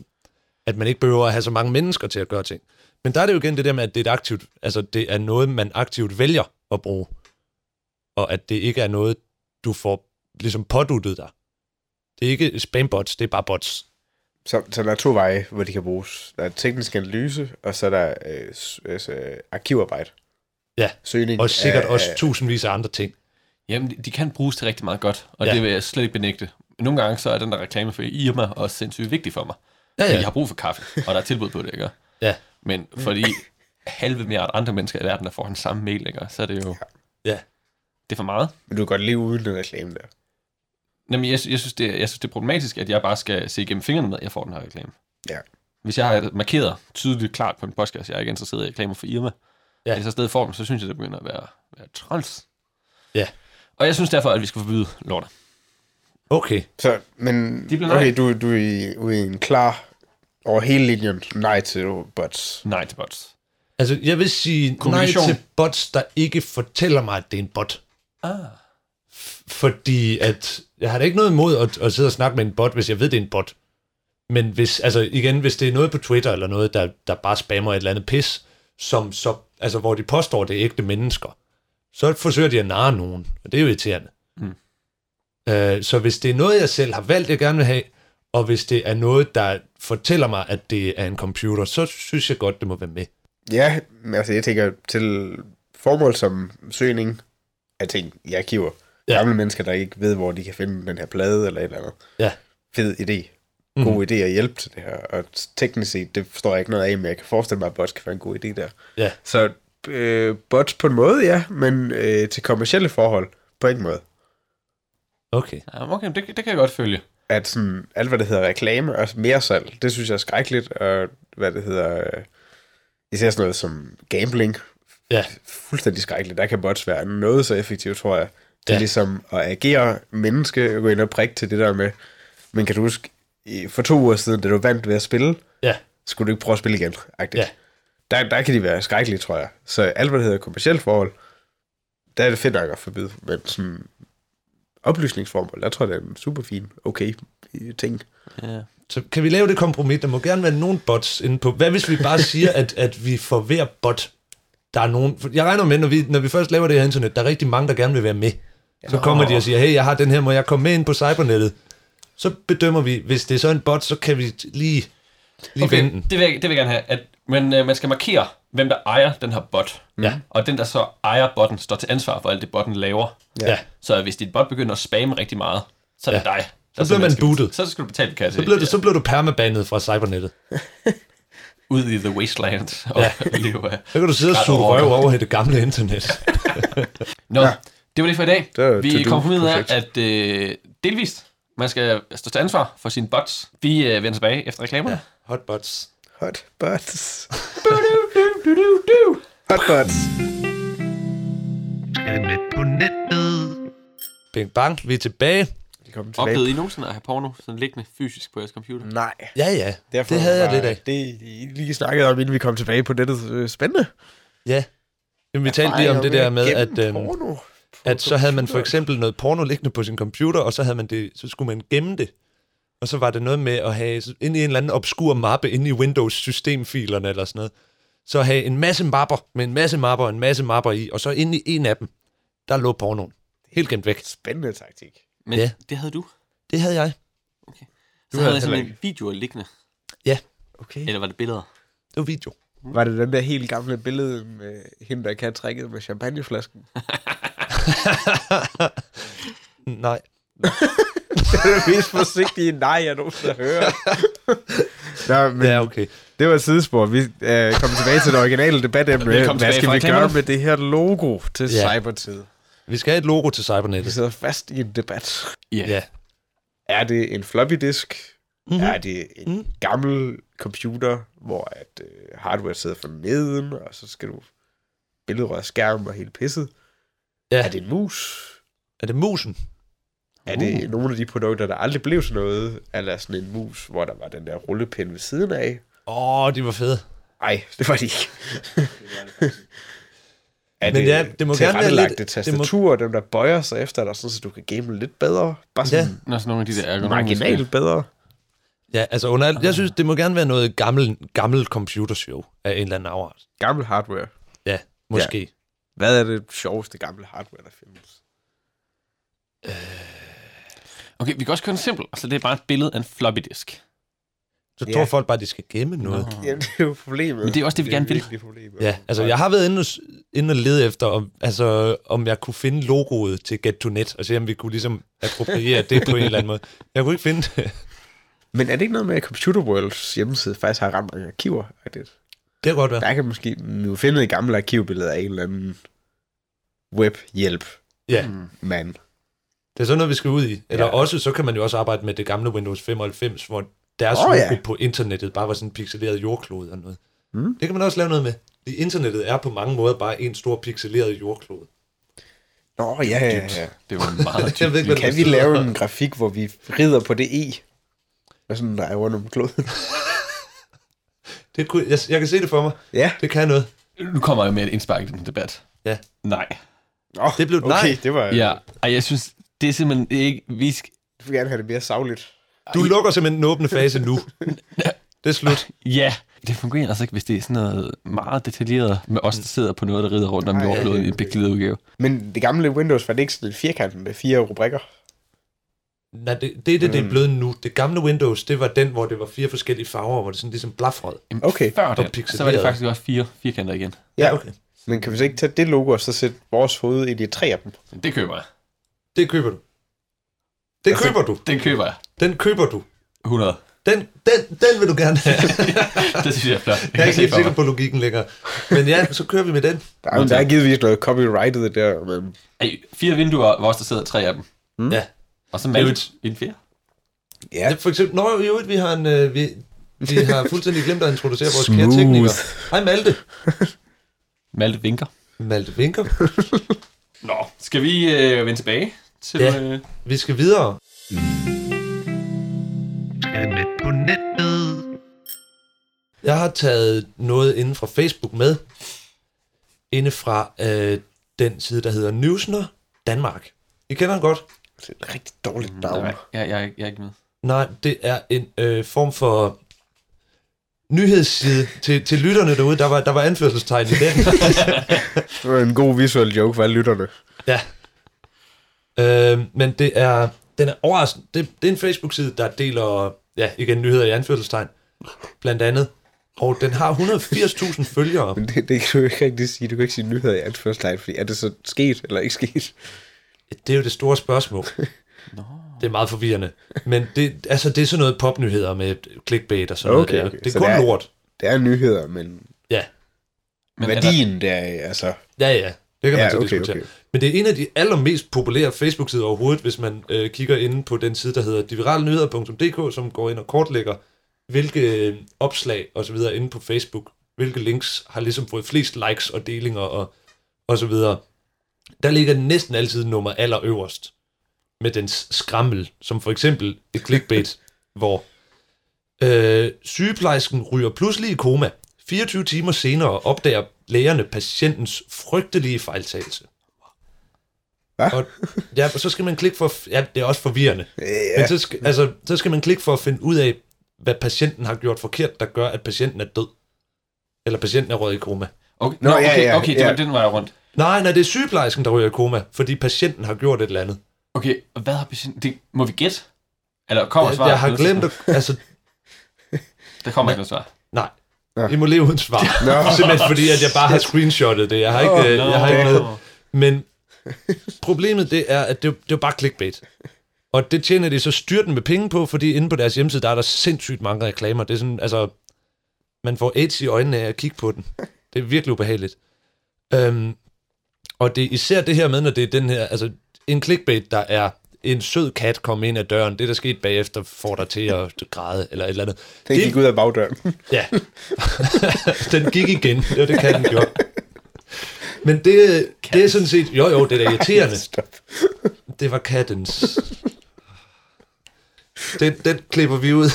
Speaker 3: at man ikke behøver at have så mange mennesker til at gøre ting. Men der er det jo igen det der med, at det er, et aktivt, altså, det er noget, man aktivt vælger at bruge, og at det ikke er noget, du får ligesom påduttet dig. Det er ikke spambots, det er bare bots.
Speaker 5: Så, så der er to veje, hvor de kan bruges. Der er teknisk analyse, og så er der øh, s- altså, arkivarbejde.
Speaker 3: Ja,
Speaker 5: Søgning
Speaker 3: og sikkert
Speaker 5: af-
Speaker 3: også
Speaker 5: af-
Speaker 3: tusindvis af andre ting.
Speaker 4: Jamen, de- de kan bruges til rigtig meget godt, og
Speaker 3: Ja.
Speaker 4: ja. det vil jeg slet ikke benægte. Nogle gange så er den der reklame for Irma også sindssygt vigtig for mig.
Speaker 3: Ja,
Speaker 4: Ja,
Speaker 3: ja.
Speaker 4: ja. Jeg har brug for kaffe, og der er tilbud på det, ikke?
Speaker 3: Ja.
Speaker 4: Men fordi halve milliard andre mennesker i verden, der får den samme mail, ikke? så er det jo...
Speaker 3: Ja.
Speaker 4: Det er for meget.
Speaker 5: Men du kan godt leve uden den reklame der.
Speaker 4: Jamen, jeg, sy- jeg, synes, det, er- jeg synes, det er problematisk, at jeg bare skal se igennem fingrene med, at jeg får den her reklame.
Speaker 5: Ja.
Speaker 4: Hvis jeg har markeret tydeligt klart på en podcast, jeg er ikke interesseret i reklamer for Irma,
Speaker 3: Ja.
Speaker 4: ja. og jeg så stadig får dem, så synes jeg, det begynder at være, være træls.
Speaker 3: Ja.
Speaker 4: Og jeg synes derfor, at vi skal forbyde lortet.
Speaker 3: Okay,
Speaker 5: Så, men
Speaker 4: De blev nej.
Speaker 5: okay, du, du er i- ude i en klar over hele linjen nej til robots.
Speaker 4: Nej til bots.
Speaker 3: altså jeg vil sige nej
Speaker 4: Kommunikation.
Speaker 3: til bots, der ikke fortæller mig, at det er en bot.
Speaker 4: Ah.
Speaker 3: Fordi at, jeg har da ikke noget imod at, at sidde og snakke med en bot, hvis jeg ved, det er en bot. Men hvis, altså igen, hvis det er noget på Twitter eller noget, der, der bare spammer et eller andet pis, som så, altså, hvor de påstår, det er ægte mennesker, så forsøger de at narre nogen, og det er jo irriterende. Mm. Øh, så hvis det er noget, jeg selv har valgt, jeg gerne vil have, og hvis det er noget, der fortæller mig, at det er en computer, så synes jeg godt, det må være med.
Speaker 5: Ja, men altså jeg tænker til formål som søgning af ting i arkiver.
Speaker 3: Ja.
Speaker 5: Ja. Gamle mennesker, der ikke ved, hvor de kan finde den her plade eller et eller andet.
Speaker 3: Ja.
Speaker 5: Fed idé. God idé at hjælpe til det her. Og teknisk set, det forstår jeg ikke noget af, men jeg kan forestille mig, at bots kan være en god idé der.
Speaker 3: Ja.
Speaker 5: Så øh, bots på en måde, ja, men øh, til kommersielle forhold på ingen måde.
Speaker 3: Okay.
Speaker 4: Ja, okay, det, det kan jeg godt følge.
Speaker 5: At sådan, alt, hvad det hedder reklame og mere salg, det synes jeg er skrækkeligt. Og hvad det hedder, øh, især sådan noget som gambling,
Speaker 3: Ja,
Speaker 5: fuldstændig skrækkeligt. Der kan bots være noget så effektivt, tror jeg. Det er
Speaker 3: Ja.
Speaker 5: ja. ligesom at agere menneske, gå ind og prikke til det der med. Men kan du huske, i- for to uger siden, da du vandt ved at spille,
Speaker 3: ja,
Speaker 5: skulle du ikke prøve at spille igen? Agtigt.
Speaker 3: Ja.
Speaker 5: Der, der kan de være skrækkelige, tror jeg. Så alt, hvad der hedder kommersielt forhold, der er det fedt nok at forbyde. Men sådan oplysningsformål, der tror jeg, det er en super fin, okay øh, ting.
Speaker 4: Ja.
Speaker 3: Så kan vi lave det kompromis? Der må gerne være nogle bots inde på. Hvad hvis vi bare siger, at, at vi for hver bot, der er nogen... for Jeg regner med, når vi, når vi først laver det her internet, der er rigtig mange, der gerne vil være med. Så kommer de og siger, hey, jeg har den her, må jeg komme med ind på cybernettet? Så bedømmer vi, hvis det er så en bot, så kan vi lige, lige okay.
Speaker 4: Okay,
Speaker 3: vende den.
Speaker 4: det vil, jeg, det vil jeg gerne have. At, men øh, man skal markere, hvem der ejer den her bot.
Speaker 3: Ja.
Speaker 4: Og den, der så ejer botten, står til ansvar for alt det, botten laver.
Speaker 3: Ja. ja.
Speaker 4: Så hvis dit bot begynder at spamme rigtig meget, så er det
Speaker 3: Ja.
Speaker 4: dig.
Speaker 3: Så bliver man bootet.
Speaker 4: Så skal du betale kasse.
Speaker 3: Så blev du, så blev du permabandet fra cybernettet.
Speaker 4: Ud i The Wasteland og ja. [laughs] leve af.
Speaker 3: Så kan du sidde og
Speaker 4: Skrald
Speaker 3: suge
Speaker 4: over.
Speaker 3: røv over i det gamle [laughs] internet.
Speaker 4: Nå, ja. det var det for i dag.
Speaker 5: Det var
Speaker 4: vi
Speaker 5: to-do
Speaker 4: konkluderede, af,
Speaker 5: projekt.
Speaker 4: at øh, delvist, man skal stå til ansvar for sine bots. Vi øh, vender tilbage efter reklamerne.
Speaker 3: Hotbots.
Speaker 5: Hot [laughs] bots.
Speaker 4: Du-du.
Speaker 5: Hot bots.
Speaker 1: Skal med på nettet.
Speaker 3: Bing bang, vi er tilbage. Mm.
Speaker 5: Velkommen tilbage.
Speaker 4: Oplevede I nogensinde at have porno sådan liggende fysisk på jeres computer?
Speaker 5: Nej.
Speaker 3: Ja, ja. Derfor det havde jeg
Speaker 5: var
Speaker 3: lidt af.
Speaker 5: Det, I lige snakkede om, inden vi kom tilbage på nettet. Øh, Spændende.
Speaker 3: Ja. Jamen, vi talte lige om det der med, at... Øhm,
Speaker 5: Porno.
Speaker 3: at så havde man for eksempel noget porno liggende på sin computer, og så, havde man det, så skulle man gemme det. Og så var det noget med at have så- ind i en eller anden obskur mappe, inde i Windows-systemfilerne eller sådan noget. Så have en masse mapper, med en masse mapper og en masse mapper i, og så inde i en af dem, der lå pornoen. Helt gemt væk.
Speaker 5: Spændende taktik.
Speaker 4: Men
Speaker 3: Ja.
Speaker 4: det havde du.
Speaker 3: Det havde jeg.
Speaker 4: Du så
Speaker 5: havde
Speaker 4: havde jeg
Speaker 5: heller
Speaker 4: simpelthen videoer liggende.
Speaker 5: Okay.
Speaker 4: Eller var det billeder?
Speaker 3: Det var video.
Speaker 5: Var det den der helt gamle billede med hende, der kan trækket med
Speaker 3: [laughs]
Speaker 5: champagneflasken?
Speaker 3: Nej.
Speaker 5: det er det mest forsigtige nej, jeg nogensinde hører. [laughs] Nå, men
Speaker 3: Ja,
Speaker 5: ja.
Speaker 3: okay.
Speaker 5: det var et sidespor. Vi øh, kommer tilbage til det originale debatemne.
Speaker 4: Velkommen tilbage
Speaker 5: Hvad skal
Speaker 4: fra
Speaker 5: vi gøre
Speaker 4: reklamerne.
Speaker 5: med det her logo til
Speaker 3: Ja.
Speaker 5: ja. cybertid?
Speaker 3: Vi skal have et logo til
Speaker 5: Vi
Speaker 3: cybernettet.
Speaker 5: sidder fast i en debat.
Speaker 3: Ja.
Speaker 5: Er det en floppy disk? Mm-hmm. Er det en
Speaker 3: Mhm.
Speaker 5: mm-hmm. gammel computer, hvor at øh, hardware sidder for neden, og så skal du billedrøre skærmen og hele pisset?
Speaker 3: Ja.
Speaker 5: Er det en mus?
Speaker 3: Er det musen?
Speaker 5: Er
Speaker 3: Uh.
Speaker 5: det nogle af de produkter, der aldrig blev til noget? Eller sådan en mus, hvor der var den der rullepinde ved siden af?
Speaker 3: Åh, oh, de var fede.
Speaker 5: Nej, det var
Speaker 3: [laughs]
Speaker 5: de ikke. er
Speaker 3: Men
Speaker 5: det,
Speaker 3: ja, det må gerne være lidt-
Speaker 5: tilrettelagte
Speaker 3: det må-
Speaker 5: tastaturer, dem der bøjer sig efter dig, sådan så du kan game lidt bedre? Bare
Speaker 3: Ja.
Speaker 5: sådan
Speaker 4: Nå, sådan nogle af de der
Speaker 5: ja.
Speaker 4: ergonomiske.
Speaker 5: marginalt bedre?
Speaker 3: Ja, altså under alt, jeg synes, det må gerne være noget gammel, gammel computershow af en eller anden afart.
Speaker 5: Gammel hardware.
Speaker 3: Ja, måske. Ja.
Speaker 5: Hvad er det sjoveste gamle hardware, der findes?
Speaker 4: Okay, vi kan også køre en simpel. Altså, det er bare et billede af en floppy disk.
Speaker 3: Så
Speaker 5: Ja.
Speaker 3: tror folk bare, at de skal gemme noget.
Speaker 4: Nå.
Speaker 5: Jamen, det er jo problemet.
Speaker 4: Men det er også det, vi gerne vil.
Speaker 5: virkelig Problemet.
Speaker 3: Ja, altså jeg har været inde og, s- inde og lede efter, om, altså, om jeg kunne finde logoet til Get to Net, og se om vi kunne ligesom appropriere det på en eller anden måde. Jeg kunne ikke finde det.
Speaker 5: Men er det ikke noget med, at Computer Worlds hjemmeside faktisk har ret mange arkiver? Er det?
Speaker 3: Det kan godt være.
Speaker 5: Der kan måske nu finde et gammelt arkivbillede af en eller anden webhjælp
Speaker 3: Ja,
Speaker 5: mand.
Speaker 3: det er sådan noget, vi skal ud i. Eller
Speaker 5: Ja.
Speaker 3: også, så kan man jo også arbejde med det gamle Windows 95, hvor deres
Speaker 5: Åh,
Speaker 3: oh,
Speaker 5: ja.
Speaker 3: logo på internettet bare var sådan en pixeleret jordklode og noget.
Speaker 5: Mm.
Speaker 3: Det kan man også lave noget med. Fordi internettet er på mange måder bare en stor pixeleret jordklode.
Speaker 5: Nå, ja, ja, ja.
Speaker 4: Det var
Speaker 3: [laughs]
Speaker 4: meget
Speaker 3: Jeg ved
Speaker 4: dybt.
Speaker 3: ikke, hvad det
Speaker 5: Kan vi
Speaker 3: betyder.
Speaker 5: lave en grafik, hvor vi rider på det i? Og sådan der rundt om kloden.
Speaker 3: Det kunne, jeg, jeg kan se det for mig.
Speaker 5: [laughs] ja,
Speaker 3: Det kan noget.
Speaker 4: Nu kommer jeg med et indspark i den debat.
Speaker 3: Ja.
Speaker 4: Nej.
Speaker 5: Nå,
Speaker 3: Det blev et nej.
Speaker 5: Okay, det var...
Speaker 4: Ja, og jeg synes, det er simpelthen ikke... Vi skal,
Speaker 5: Du vil gerne have det mere savligt.
Speaker 3: Du lukker simpelthen den åbne fase nu. Det er slut.
Speaker 4: ja, det fungerer altså ikke, hvis det er sådan noget meget detaljeret med os, der sidder på noget, der rider rundt om
Speaker 5: Nej,
Speaker 4: jordkloden
Speaker 5: det-
Speaker 4: i en beglædet udgave.
Speaker 5: Men det gamle Windows var det ikke sådan lidt firkantet med fire rubrikker.
Speaker 3: Nej, det, det er det, det er blevet nu. Det gamle Windows, det var den, hvor det var fire forskellige farver, hvor det sådan ligesom blafrede.
Speaker 4: Jamen,
Speaker 5: Okay.
Speaker 4: Før
Speaker 3: Og
Speaker 4: det, så var det
Speaker 3: pixeleret.
Speaker 4: faktisk også fire firkanter igen.
Speaker 5: Ja, okay. Men kan vi så ikke tage det logo og så sætte vores hoved i de tre af dem?
Speaker 4: Det køber jeg.
Speaker 3: Det køber du. Det altså, køber du.
Speaker 4: Den køber jeg.
Speaker 3: Den køber du. [laughs]
Speaker 4: 100.
Speaker 3: Den, den, den vil du gerne [laughs] have.
Speaker 4: Det synes jeg er flot.
Speaker 3: Jeg er ikke helt sikker på logikken længere. Men ja, så kører vi med den.
Speaker 5: Der er,
Speaker 4: Nå,
Speaker 5: der er
Speaker 4: tak.
Speaker 5: givetvis noget copyrightet der, men
Speaker 4: Ej, fire vinduer, hvor os, der sidder tre af dem.
Speaker 3: Ja.
Speaker 4: Og så
Speaker 3: Det er jo
Speaker 4: Malte i en fjerde.
Speaker 5: Ja.
Speaker 3: Mm. Ja. For eksempel, når i øvrigt, vi har, en, øh, vi, vi har fuldstændig glemt at introducere vores kære tekniker. Hej Malte.
Speaker 4: Malte vinker.
Speaker 3: Malte Vinker.
Speaker 4: Nå, skal vi øh, vende tilbage til...
Speaker 3: Ja.
Speaker 4: Øh,
Speaker 3: Vi skal videre.
Speaker 1: Skal med på nettet.
Speaker 3: Jeg har taget noget inden fra Facebook med. Inde fra øh, den side, der hedder Newsner Danmark. I kender den godt.
Speaker 5: det er et rigtig dårligt
Speaker 3: Mm,
Speaker 5: navn.
Speaker 4: nej, jeg, jeg, er ikke- jeg er ikke med.
Speaker 3: Nej, det er en øh, form for nyhedsside til, til lytterne derude. Der var, der var anførselstegn i den.
Speaker 5: Det var en god visuel joke, hvad lytter du?
Speaker 3: ja. Øh, men det er, den er overraskende. Det, det er en Facebook-side, der deler ja, igen nyheder i anførselstegn, blandt andet. Og den har 180.000 følgere.
Speaker 5: Men det, det kan du ikke rigtig sige. Du kan ikke sige nyheder i anførselstegn, fordi er det så sket eller ikke sket?
Speaker 3: Det er jo det store spørgsmål.
Speaker 4: Nå.
Speaker 3: Det er meget forvirrende. Men det, altså, det er sådan noget popnyheder med clickbait og sådan
Speaker 5: Okay,
Speaker 3: noget.
Speaker 5: okay.
Speaker 3: Der. Det
Speaker 5: Så
Speaker 3: er kun
Speaker 5: der er-
Speaker 3: lort.
Speaker 5: Det er nyheder, men
Speaker 3: Ja,
Speaker 4: Men er der,
Speaker 5: værdien der, er, altså...
Speaker 3: ja, ja. Det kan man
Speaker 5: Ja,
Speaker 3: så
Speaker 5: okay,
Speaker 3: diskutere.
Speaker 5: okay.
Speaker 3: Men det er en af de allermest populære Facebook-sider overhovedet, hvis man øh, kigger inde på den side, der hedder diviralnyheder.dk, som går ind og kortlægger, hvilke øh, opslag og så videre inde på Facebook, hvilke links har ligesom fået flest likes og delinger og, og så videre. Der ligger den næsten altid nummer allerøverst med dens skrammel, som for eksempel et
Speaker 5: [laughs]
Speaker 3: clickbait, hvor øh, sygeplejersken ryger pludselig i koma. 24 timer senere opdager lægerne patientens frygtelige fejltagelse.
Speaker 5: Hvad?
Speaker 3: Og, ja, og så skal man klikke for... Ja, det er også forvirrende. Ja. Men
Speaker 5: Ja,
Speaker 3: så skal, altså, så skal man klikke for at finde ud af, hvad patienten har gjort forkert, der gør, at patienten er død. Eller patienten er røget i koma.
Speaker 4: okay,
Speaker 5: Nå,
Speaker 4: nå,
Speaker 5: ja,
Speaker 4: okay,
Speaker 5: ja,
Speaker 4: okay, det
Speaker 5: ja.
Speaker 4: var den vej rundt.
Speaker 3: Nej, nej, det er sygeplejersken, der ryger i koma, fordi patienten har gjort et eller andet.
Speaker 4: Okay, og hvad har patienten... Det, må vi gætte? Eller kommer
Speaker 3: Jeg,
Speaker 4: svaret?
Speaker 3: jeg
Speaker 4: på
Speaker 3: har
Speaker 4: noget
Speaker 3: glemt
Speaker 4: tidspunkt?
Speaker 3: at... Altså,
Speaker 4: Der kommer ikke noget svar.
Speaker 3: nej.
Speaker 5: Nå.
Speaker 3: I må leve uden svar.
Speaker 5: Nå.
Speaker 3: [laughs] Simpelthen fordi, at jeg bare har screenshottet det. Jeg har ikke, øh, jeg har ikke noget. Men problemet det er, at det, det er jo bare clickbait. Og det tjener de så styrten med penge på, fordi inde på deres hjemmeside, der er der sindssygt mange reklamer. Det er sådan, altså, man får AIDS i øjnene af at kigge på den. Det er virkelig ubehageligt. Øhm, og det er især det her med, når det er den her, altså en clickbait, der er en sød kat kom ind ad døren, det der skete bagefter får dig til at græde, eller et eller andet.
Speaker 5: den gik ud af bagdøren.
Speaker 3: Ja. [laughs] den gik igen. Det var det, katten gjorde. Men det, det er sådan set... Jo, jo, det er da
Speaker 5: [laughs]
Speaker 3: irriterende.
Speaker 5: Stop.
Speaker 3: Det var kattens. Den, den klipper vi ud.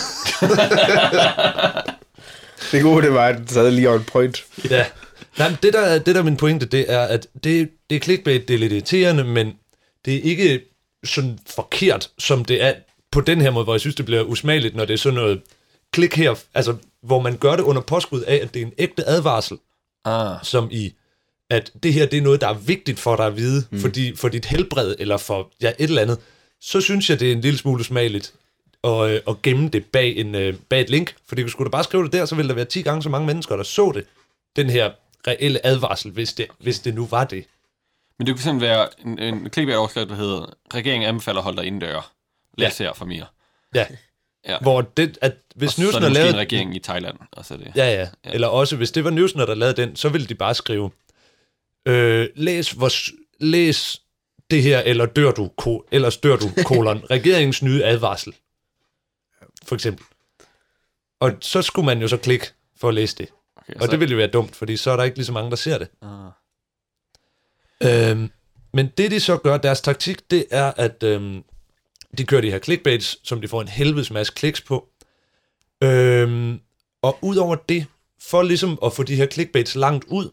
Speaker 5: Det gode, det var, at den sad lige on point.
Speaker 3: ja. [laughs] Nej, men det der, er- det der er min pointe, det er, at det, det er clickbait, det er lidt irriterende, men det er ikke sådan forkert, som det er på den her måde, hvor jeg synes, det bliver usmageligt, når det er sådan noget klik her, altså hvor man gør det under påskud af, at det er en ægte advarsel.
Speaker 4: Ah,
Speaker 3: som i, at det her det er noget, der er vigtigt for dig at vide, mm. fordi for dit helbred eller for ja, et eller andet, så synes jeg, det er en lille smule smageligt at, øh, at gemme det bag, en, øh, bag et link. Fordi skulle du bare skrive det der, så ville der være 10 gange så mange mennesker, der så det. Den her reelle advarsel, hvis det, hvis det nu var det.
Speaker 4: men det kunne simpelthen være en, en clickbait-overskrift, der hedder Regeringen anbefaler at holde dig indendøre. Læs her fra Mia.
Speaker 3: Ja.
Speaker 4: Ja.
Speaker 3: Hvor det, at hvis
Speaker 4: Så er
Speaker 3: Newsen
Speaker 4: det
Speaker 3: har
Speaker 4: måske en
Speaker 3: lavet...
Speaker 4: regering i Thailand, og så er det...
Speaker 3: Ja, ja. Eller også, hvis det var Newsner, der lavede den, så ville de bare skrive, øh, læs, hvor, s- læs det her, eller dør du, ko, ellers dør du, kolon, regeringens nye advarsel. For eksempel. Og så skulle man jo så klikke for at læse det.
Speaker 4: Okay,
Speaker 3: Og
Speaker 4: så-
Speaker 3: det ville jo være dumt, fordi så er der ikke lige så mange, der ser det.
Speaker 4: Ah.
Speaker 3: Øhm, men det, de så gør, deres taktik, det er, at øhm, de kører de her clickbaits, som de får en helvedes masse kliks på. Øhm, og udover det, for ligesom at få de her clickbaits langt ud,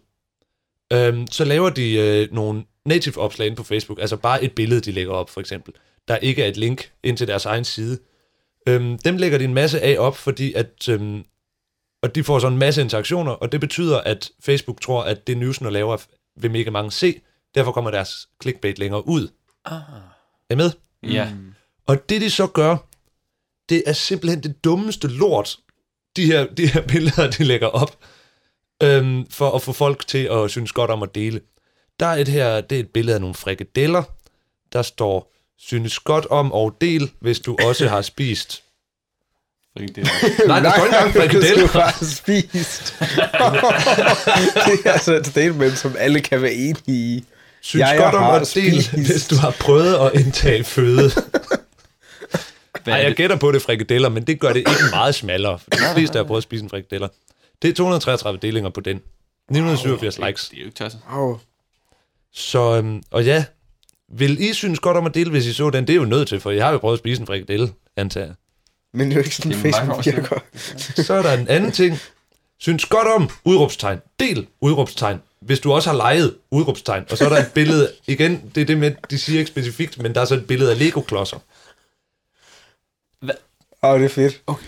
Speaker 3: øhm, så laver de øh, nogle native opslag inde på Facebook, altså bare et billede, de lægger op for eksempel, der ikke er et link ind til deres egen side, øhm, dem lægger de en masse af op, fordi at, øhm, og de får så en masse interaktioner, og det betyder, at Facebook tror, at det newsene laver vil mega mange se, derfor kommer deres clickbait længere ud. Ah. Er I med?
Speaker 4: Ja.
Speaker 3: Og det, de så gør, det er simpelthen det dummeste lort, de her, de her billeder, de lægger op, øhm, for at få folk til at synes godt om at dele. Der er et her, det er et billede af nogle frikadeller, der står, synes godt om og del, hvis du også har spist. [laughs] Nej, der står ikke
Speaker 5: [laughs]
Speaker 3: engang
Speaker 5: Det
Speaker 3: frikadeller.
Speaker 5: er bare
Speaker 3: [laughs]
Speaker 5: spist. [laughs] det er altså et statement, som alle kan være enige i.
Speaker 3: Synes
Speaker 5: Jeg
Speaker 3: godt
Speaker 5: har
Speaker 3: om at dele,
Speaker 5: spist.
Speaker 3: hvis du har prøvet at indtage [laughs] føde.
Speaker 4: Hvad
Speaker 3: Nej,
Speaker 4: er
Speaker 3: jeg
Speaker 4: det?
Speaker 3: gætter på det er frikadeller, men det gør det ikke meget smallere. For de fleste, der har prøvet at spise en frikadeller. Det er 233 delinger på den. 987 likes.
Speaker 4: Det er jo ikke tosset.
Speaker 5: Wow.
Speaker 3: Så, øhm, og ja, vil I synes godt om at dele, hvis I så den? Det er jo nødt til, for I har jo prøvet at spise en frikadelle, antager jeg.
Speaker 5: Men det er jo ikke sådan,
Speaker 4: Det er mange år
Speaker 5: Facebook
Speaker 4: siden.
Speaker 5: virker.
Speaker 3: Så er der en anden ting. Synes godt om, udråbstegn. Del, udråbstegn. Hvis du også har leget, udråbstegn. Og så er der et billede, igen, det er det med, de siger ikke specifikt, men der er så et billede af Lego-klodser.
Speaker 5: Åh, oh, det er fedt. Okay.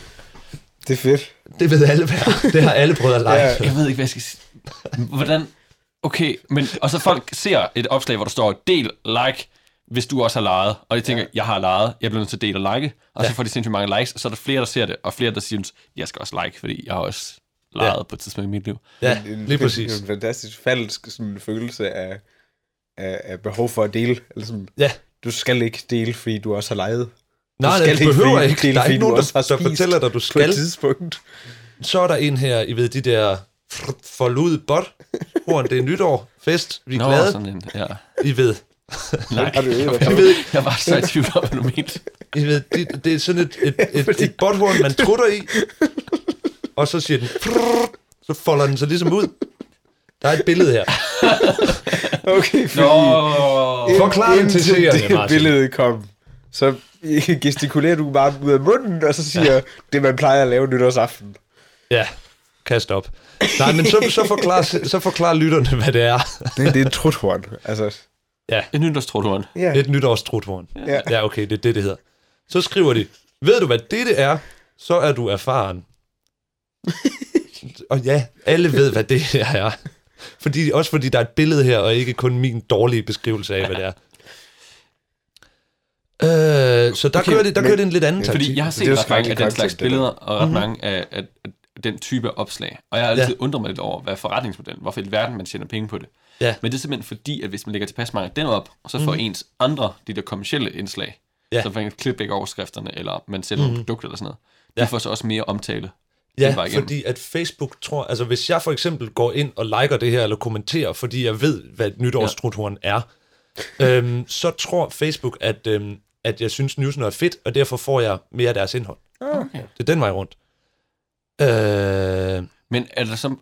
Speaker 5: Det er fedt.
Speaker 3: Det ved alle hvad. Det har alle prøvet at lege.
Speaker 5: Ja.
Speaker 4: Øh, Jeg ved ikke, hvad jeg skal sige. Hvordan? Okay, men... Og så folk ser et opslag, hvor der står, del, like, hvis du også har leget. Og de tænker, jeg har leget, jeg bliver nødt til at dele og like. Og så får de sindssygt mange likes, og så er der flere, der ser det, og flere, der synes, jeg skal også like, fordi jeg har også leget
Speaker 3: Ja.
Speaker 4: på et tidspunkt i mit liv.
Speaker 3: Ja,
Speaker 5: En-
Speaker 3: lige præcis.
Speaker 5: En fantastisk falsk sådan, følelse af, af, af behov for at dele. Eller sådan,
Speaker 3: Ja.
Speaker 5: du skal ikke dele, fordi du også har leget.
Speaker 3: Nej,
Speaker 5: skal
Speaker 3: det
Speaker 5: ikke
Speaker 3: behøver
Speaker 5: dele-
Speaker 3: ikke.
Speaker 5: dele,
Speaker 3: Der er
Speaker 5: fordi
Speaker 3: ikke
Speaker 5: du
Speaker 3: nogen,
Speaker 5: også har
Speaker 3: der, der
Speaker 5: spist
Speaker 3: fortæller dig, du
Speaker 5: På et
Speaker 3: skal.
Speaker 5: tidspunkt.
Speaker 3: Så er der en her, I ved, de der forlud bot. Horn, det er nytår. Fest. Vi er
Speaker 4: Nå,
Speaker 3: glade.
Speaker 4: sådan en, ja.
Speaker 3: I ved.
Speaker 4: Like.
Speaker 5: Har du øvet dig?
Speaker 3: I ved,
Speaker 4: Jeg var så i tvivl om, hvad du mente.
Speaker 3: I ved, det, det er sådan et, et, et, fordi... et botthorn, man trutter i, og så siger den, prrr, så folder den sig ligesom ud. Der er et billede her.
Speaker 5: Okay, fordi
Speaker 4: Nå,
Speaker 3: Forklar den til
Speaker 5: indtil
Speaker 3: seerne,
Speaker 5: det
Speaker 3: Martin.
Speaker 5: billede kom, så gestikulerer du bare ud af munden, og så siger ja. det, man plejer at lave nytårsaften.
Speaker 3: Ja, kast op. Nej, men så, så, forklar, så forklar lytterne, hvad det er.
Speaker 5: Det, det er en truthorn. Altså,
Speaker 4: en nytårstruthorn.
Speaker 5: ja.
Speaker 3: Et nytårstruthorn.
Speaker 5: Ja.
Speaker 3: Ja, okay, det er det, det hedder. Så skriver de, ved du, hvad dette er? Så er du erfaren. og ja, alle ved, hvad det her er. Fordi, også fordi der er et billede her, og ikke kun min dårlige beskrivelse af, hvad det er. Øh, så der okay, kører det, der
Speaker 5: men-
Speaker 3: kører det en lidt anden taktik.
Speaker 4: Fordi jeg har
Speaker 5: Det er
Speaker 4: set
Speaker 5: jo
Speaker 4: ret mange af
Speaker 5: skrækkelig
Speaker 4: den
Speaker 5: content,
Speaker 4: slags
Speaker 5: det der.
Speaker 4: billeder, og ret mange af, af, af den type opslag. Og jeg har altid ja. undret mig lidt over, hvad er forretningsmodellen, hvorfor i verden man tjener penge på det.
Speaker 3: Ja.
Speaker 4: Men det er simpelthen fordi, at hvis man lægger tilpas mange af den op, og så får ens andre, de der kommersielle indslag,
Speaker 3: Ja.
Speaker 4: ja. som fx klipbæk overskrifterne, eller man sælger mm-hmm. nogle produkter eller sådan noget, de
Speaker 3: Ja.
Speaker 4: får så også mere omtale. den vej
Speaker 3: Ja,
Speaker 4: igennem.
Speaker 3: fordi at Facebook tror, altså hvis jeg for eksempel går ind og liker det her, eller kommenterer, fordi jeg ved, hvad et nytårstruthorn er, øhm, så tror Facebook, at, øhm, at jeg synes, newsen er fedt, og derfor får jeg mere af deres indhold.
Speaker 4: Okay.
Speaker 3: Det er den vej rundt. Øh,
Speaker 4: Men er der så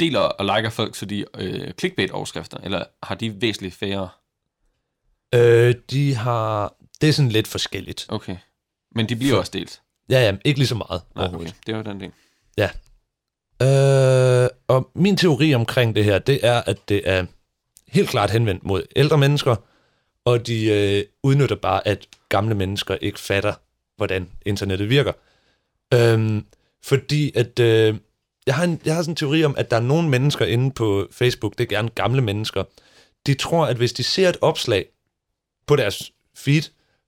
Speaker 4: deler og liker folk, så de øh, clickbait-overskrifter, eller har de væsentligt færre?
Speaker 3: øh, de har... Det er sådan lidt forskelligt.
Speaker 4: Okay. Men de bliver også delt.
Speaker 3: Ja, ja, ikke lige så meget
Speaker 4: Nej,
Speaker 3: overhovedet.
Speaker 4: okay. Det var den del.
Speaker 3: Ja. Øh, og min teori omkring det her, det er, at det er helt klart henvendt mod ældre mennesker, og de øh, udnytter bare, at gamle mennesker ikke fatter, hvordan internettet virker. Øhm, fordi at øh, jeg, har en, jeg har sådan en teori om, at der er nogle mennesker inde på Facebook, det er gerne gamle mennesker, de tror, at hvis de ser et opslag på deres feed,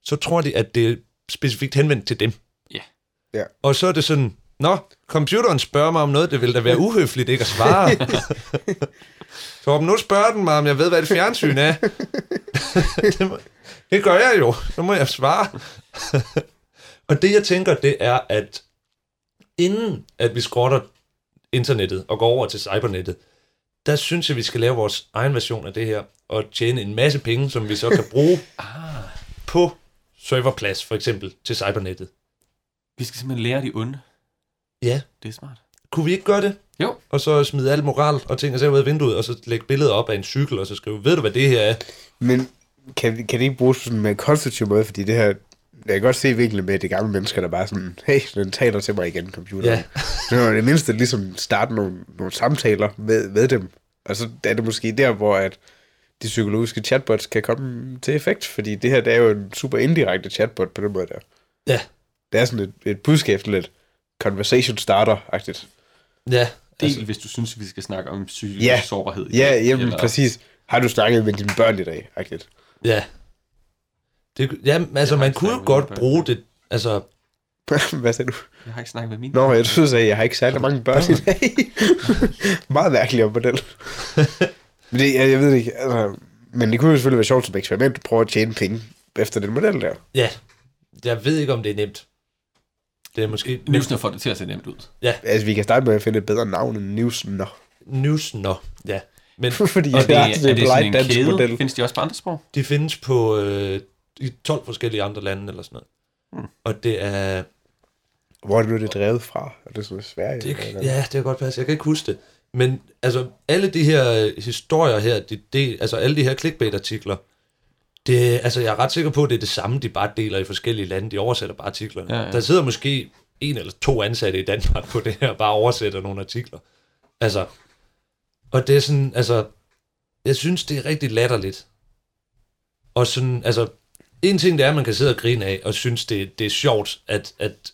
Speaker 3: så tror de, at det er specifikt henvendt til dem.
Speaker 4: Ja.
Speaker 5: Ja.
Speaker 3: Og så er det sådan, nå, computeren spørger mig om noget, det ville da være uhøfligt ikke at svare. Torben, nu spørger den mig, om jeg ved, hvad et fjernsyn er. det, må, det gør jeg jo, så må jeg svare. og det, jeg tænker, det er, at inden at vi skrotter internettet og går over til cybernettet, der synes jeg, vi skal lave vores egen version af det her og tjene en masse penge, som vi så kan bruge på serverplads, for eksempel, til cybernettet.
Speaker 4: Vi skal simpelthen lære de onde.
Speaker 3: Ja,
Speaker 4: Det er smart.
Speaker 3: kunne vi ikke gøre det?
Speaker 4: Jo.
Speaker 3: Og så smide al moral og ting og sager ud af vinduet, og så lægge billeder op af en cykel, og så skrive, ved du, hvad det her er?
Speaker 5: Men kan, kan det ikke bruges på sådan en konstruktiv måde, fordi det her, jeg kan godt se vinklen med, at det er gamle mennesker, der bare er sådan, hey, den taler til mig igen, computeren. [laughs]
Speaker 3: Ja.
Speaker 5: Ja. Nå, det mindste ligesom starte nogle, nogle samtaler med, med dem, og så er det måske der, hvor at de psykologiske chatbots kan komme til effekt, fordi det her, det er jo en super indirekte chatbot på den måde der.
Speaker 3: Ja.
Speaker 5: Det er sådan et, et budskab, sådan lidt conversation starter-agtigt.
Speaker 3: Ja,
Speaker 4: Del, altså, hvis du synes, vi skal snakke om psykisk
Speaker 5: Ja.
Speaker 4: sårbarhed. i
Speaker 5: Ja,
Speaker 4: dag,
Speaker 5: jamen
Speaker 4: eller-
Speaker 5: præcis. Har du snakket med dine børn i dag? Agtigt. [laughs]
Speaker 3: ja. Det, ja, altså,
Speaker 4: har
Speaker 3: man
Speaker 4: ikke
Speaker 3: kunne jo
Speaker 4: snakket med
Speaker 3: godt
Speaker 4: mine børn.
Speaker 3: bruge det, altså,
Speaker 5: Hvad sagde du?
Speaker 4: Jeg har ikke snakket med mine.
Speaker 5: Nå, jeg synes, at jeg har ikke særlig mange børn
Speaker 4: [laughs]
Speaker 5: i dag. Meget mærkelig om på den. men det, jeg, jeg ved det ikke, altså, men det kunne jo selvfølgelig være sjovt som eksperiment at prøve at tjene penge efter den model der.
Speaker 3: ja. Jeg ved ikke, om det er nemt. Det er måske...
Speaker 4: Newsner får det til at se nemt ud.
Speaker 5: Altså, vi kan starte med at finde et bedre navn end Newsner.
Speaker 3: Newsner, ja. Men
Speaker 5: [laughs] Fordi altså
Speaker 4: Og det,
Speaker 5: ja,
Speaker 4: er, er det sådan en kæde? Model. Findes de også på andre sprog?
Speaker 3: de findes på øh, i 12 forskellige andre lande eller sådan noget. Hmm. Og det er...
Speaker 5: Hvor er det nu, det er drevet fra? Er det sådan i Sverige?
Speaker 3: Det,
Speaker 5: eller
Speaker 3: kan-
Speaker 5: hvad?
Speaker 3: ja, det kan godt passe. Jeg kan ikke huske det. Men altså, alle de her øh, historier her, de del, altså alle de her clickbait-artikler, det, altså, jeg er ret sikker på, at det er det samme, de bare deler i forskellige lande. De oversætter bare artiklerne.
Speaker 4: Ja, ja.
Speaker 3: Der sidder måske en eller to ansatte i Danmark på det her, og bare oversætter nogle artikler. Altså, og det er sådan, altså, jeg synes, det er rigtig latterligt. Og sådan, altså, en ting det er, at man kan sidde og grine af, og synes, det, det er sjovt, at, at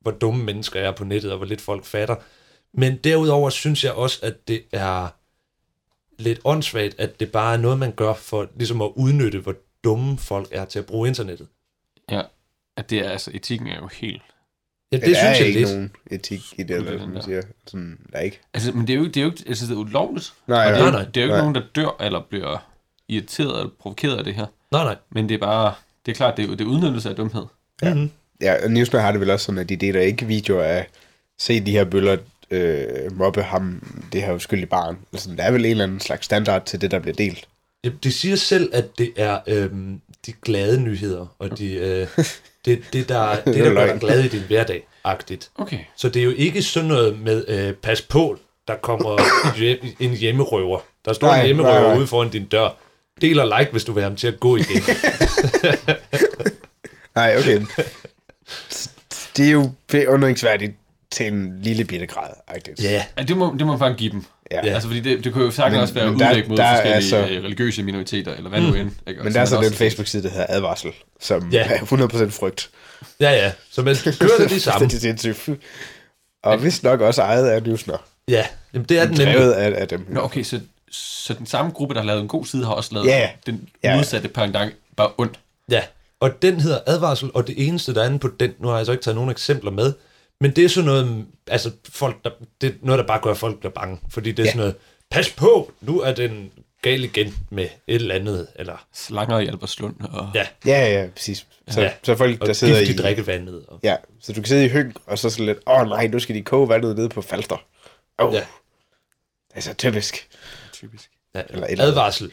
Speaker 3: hvor dumme mennesker er på nettet, og hvor lidt folk fatter. Men derudover synes jeg også, at det er lidt åndssvagt, at det bare er noget, man gør for ligesom at udnytte, hvor dumme folk er til at bruge internettet.
Speaker 4: Ja. At det er, altså, etikken er jo helt...
Speaker 3: Ja, det
Speaker 5: der
Speaker 3: synes
Speaker 5: er
Speaker 3: jeg
Speaker 5: ikke
Speaker 3: lidt.
Speaker 5: nogen etik i det, eller hvad man siger. Sådan, der er ikke.
Speaker 4: Altså, men det er jo, det er jo ikke, altså, det er ulovligt.
Speaker 5: Nej,
Speaker 4: Og det,
Speaker 5: nej,
Speaker 4: er,
Speaker 3: nej.
Speaker 4: jo- det er jo ikke
Speaker 5: Nej.
Speaker 4: nogen, der dør eller bliver irriteret eller provokeret af det her.
Speaker 3: Nej, nej.
Speaker 4: Men det er bare... Det er klart, det er, jo- det er udnyttelse af dumhed.
Speaker 5: Ja. Mm-hmm. ja, og Newsner har det vel også sådan, at de deler ikke videoer af se de her bøller øh, mobbe ham, det her uskyldige barn. Altså, der er vel en eller anden slags standard til det, der bliver delt.
Speaker 3: Ja, De siger selv, at det er øhm, de glade nyheder, og de,
Speaker 5: [laughs]
Speaker 3: øh, det, det, der, det,
Speaker 5: er
Speaker 3: der gør dig
Speaker 5: løgn.
Speaker 3: glad i din hverdag-agtigt.
Speaker 4: Okay.
Speaker 3: Så det er jo ikke sådan noget med, øh, pas på, der
Speaker 5: [coughs]
Speaker 3: kommer hjem- en hjemmerøver. Der står
Speaker 5: Nej,
Speaker 3: en hjemmerøver
Speaker 5: nej, nej.
Speaker 3: ude foran din dør. Del og like, hvis du vil have ham til at gå
Speaker 5: [laughs]
Speaker 3: igen.
Speaker 5: Nej, okay.
Speaker 3: [laughs]
Speaker 5: det er jo beundringsværdigt til en lille bitte grad, faktisk.
Speaker 3: ja,
Speaker 4: Ja, det må, det må man faktisk give dem.
Speaker 5: Ja.
Speaker 4: Altså, fordi det, det kunne jo sagtens
Speaker 5: Men-
Speaker 4: også være
Speaker 5: men der-
Speaker 4: udlæg mod
Speaker 5: der er
Speaker 4: forskellige
Speaker 5: så-
Speaker 4: øh, religiøse minoriteter, eller hvad nu end. Ikke? Og
Speaker 5: Men der er så
Speaker 4: man
Speaker 5: den
Speaker 4: også-
Speaker 5: Facebook-side, der hedder Advarsel, som
Speaker 3: Ja.
Speaker 5: ja. er 100% frygt.
Speaker 3: ja, ja. Så man kører det lige sammen.
Speaker 5: [laughs] det er sindssygt. Og vist nok også ejet af Newsner.
Speaker 3: Ja, Jamen, det er den nemlig.
Speaker 5: Drevet af, af dem.
Speaker 4: Nå, okay, så, så den samme gruppe, der har lavet en god side, har også lavet
Speaker 5: Ja, ja.
Speaker 4: den
Speaker 5: Ja.
Speaker 4: modsatte pendant, bare ondt.
Speaker 3: Ja, og den hedder advarsel, og det eneste, der er inde på den, nu har jeg så ikke taget nogen eksempler med, men det er sådan noget, altså folk, der, det er noget, der bare gør, at folk bliver bange, fordi det er ja. sådan noget, pas på, nu er den gal igen med et eller andet, eller
Speaker 4: Slanger i Albertslund. Og...
Speaker 3: ja,
Speaker 5: Ja, ja, præcis. Så,
Speaker 3: Ja.
Speaker 5: ja. så folk,
Speaker 3: og
Speaker 5: der sidder
Speaker 3: gift i
Speaker 5: i...
Speaker 3: drikkevandet. Og,
Speaker 5: Ja, så du kan sidde i hyng, og så sådan lidt, åh oh, nej, nu skal de koge vandet nede på falter. Åh, oh,
Speaker 3: Ja.
Speaker 5: ja. altså typisk.
Speaker 4: Typisk.
Speaker 3: ja,
Speaker 5: Eller et eller andet.
Speaker 3: advarsel,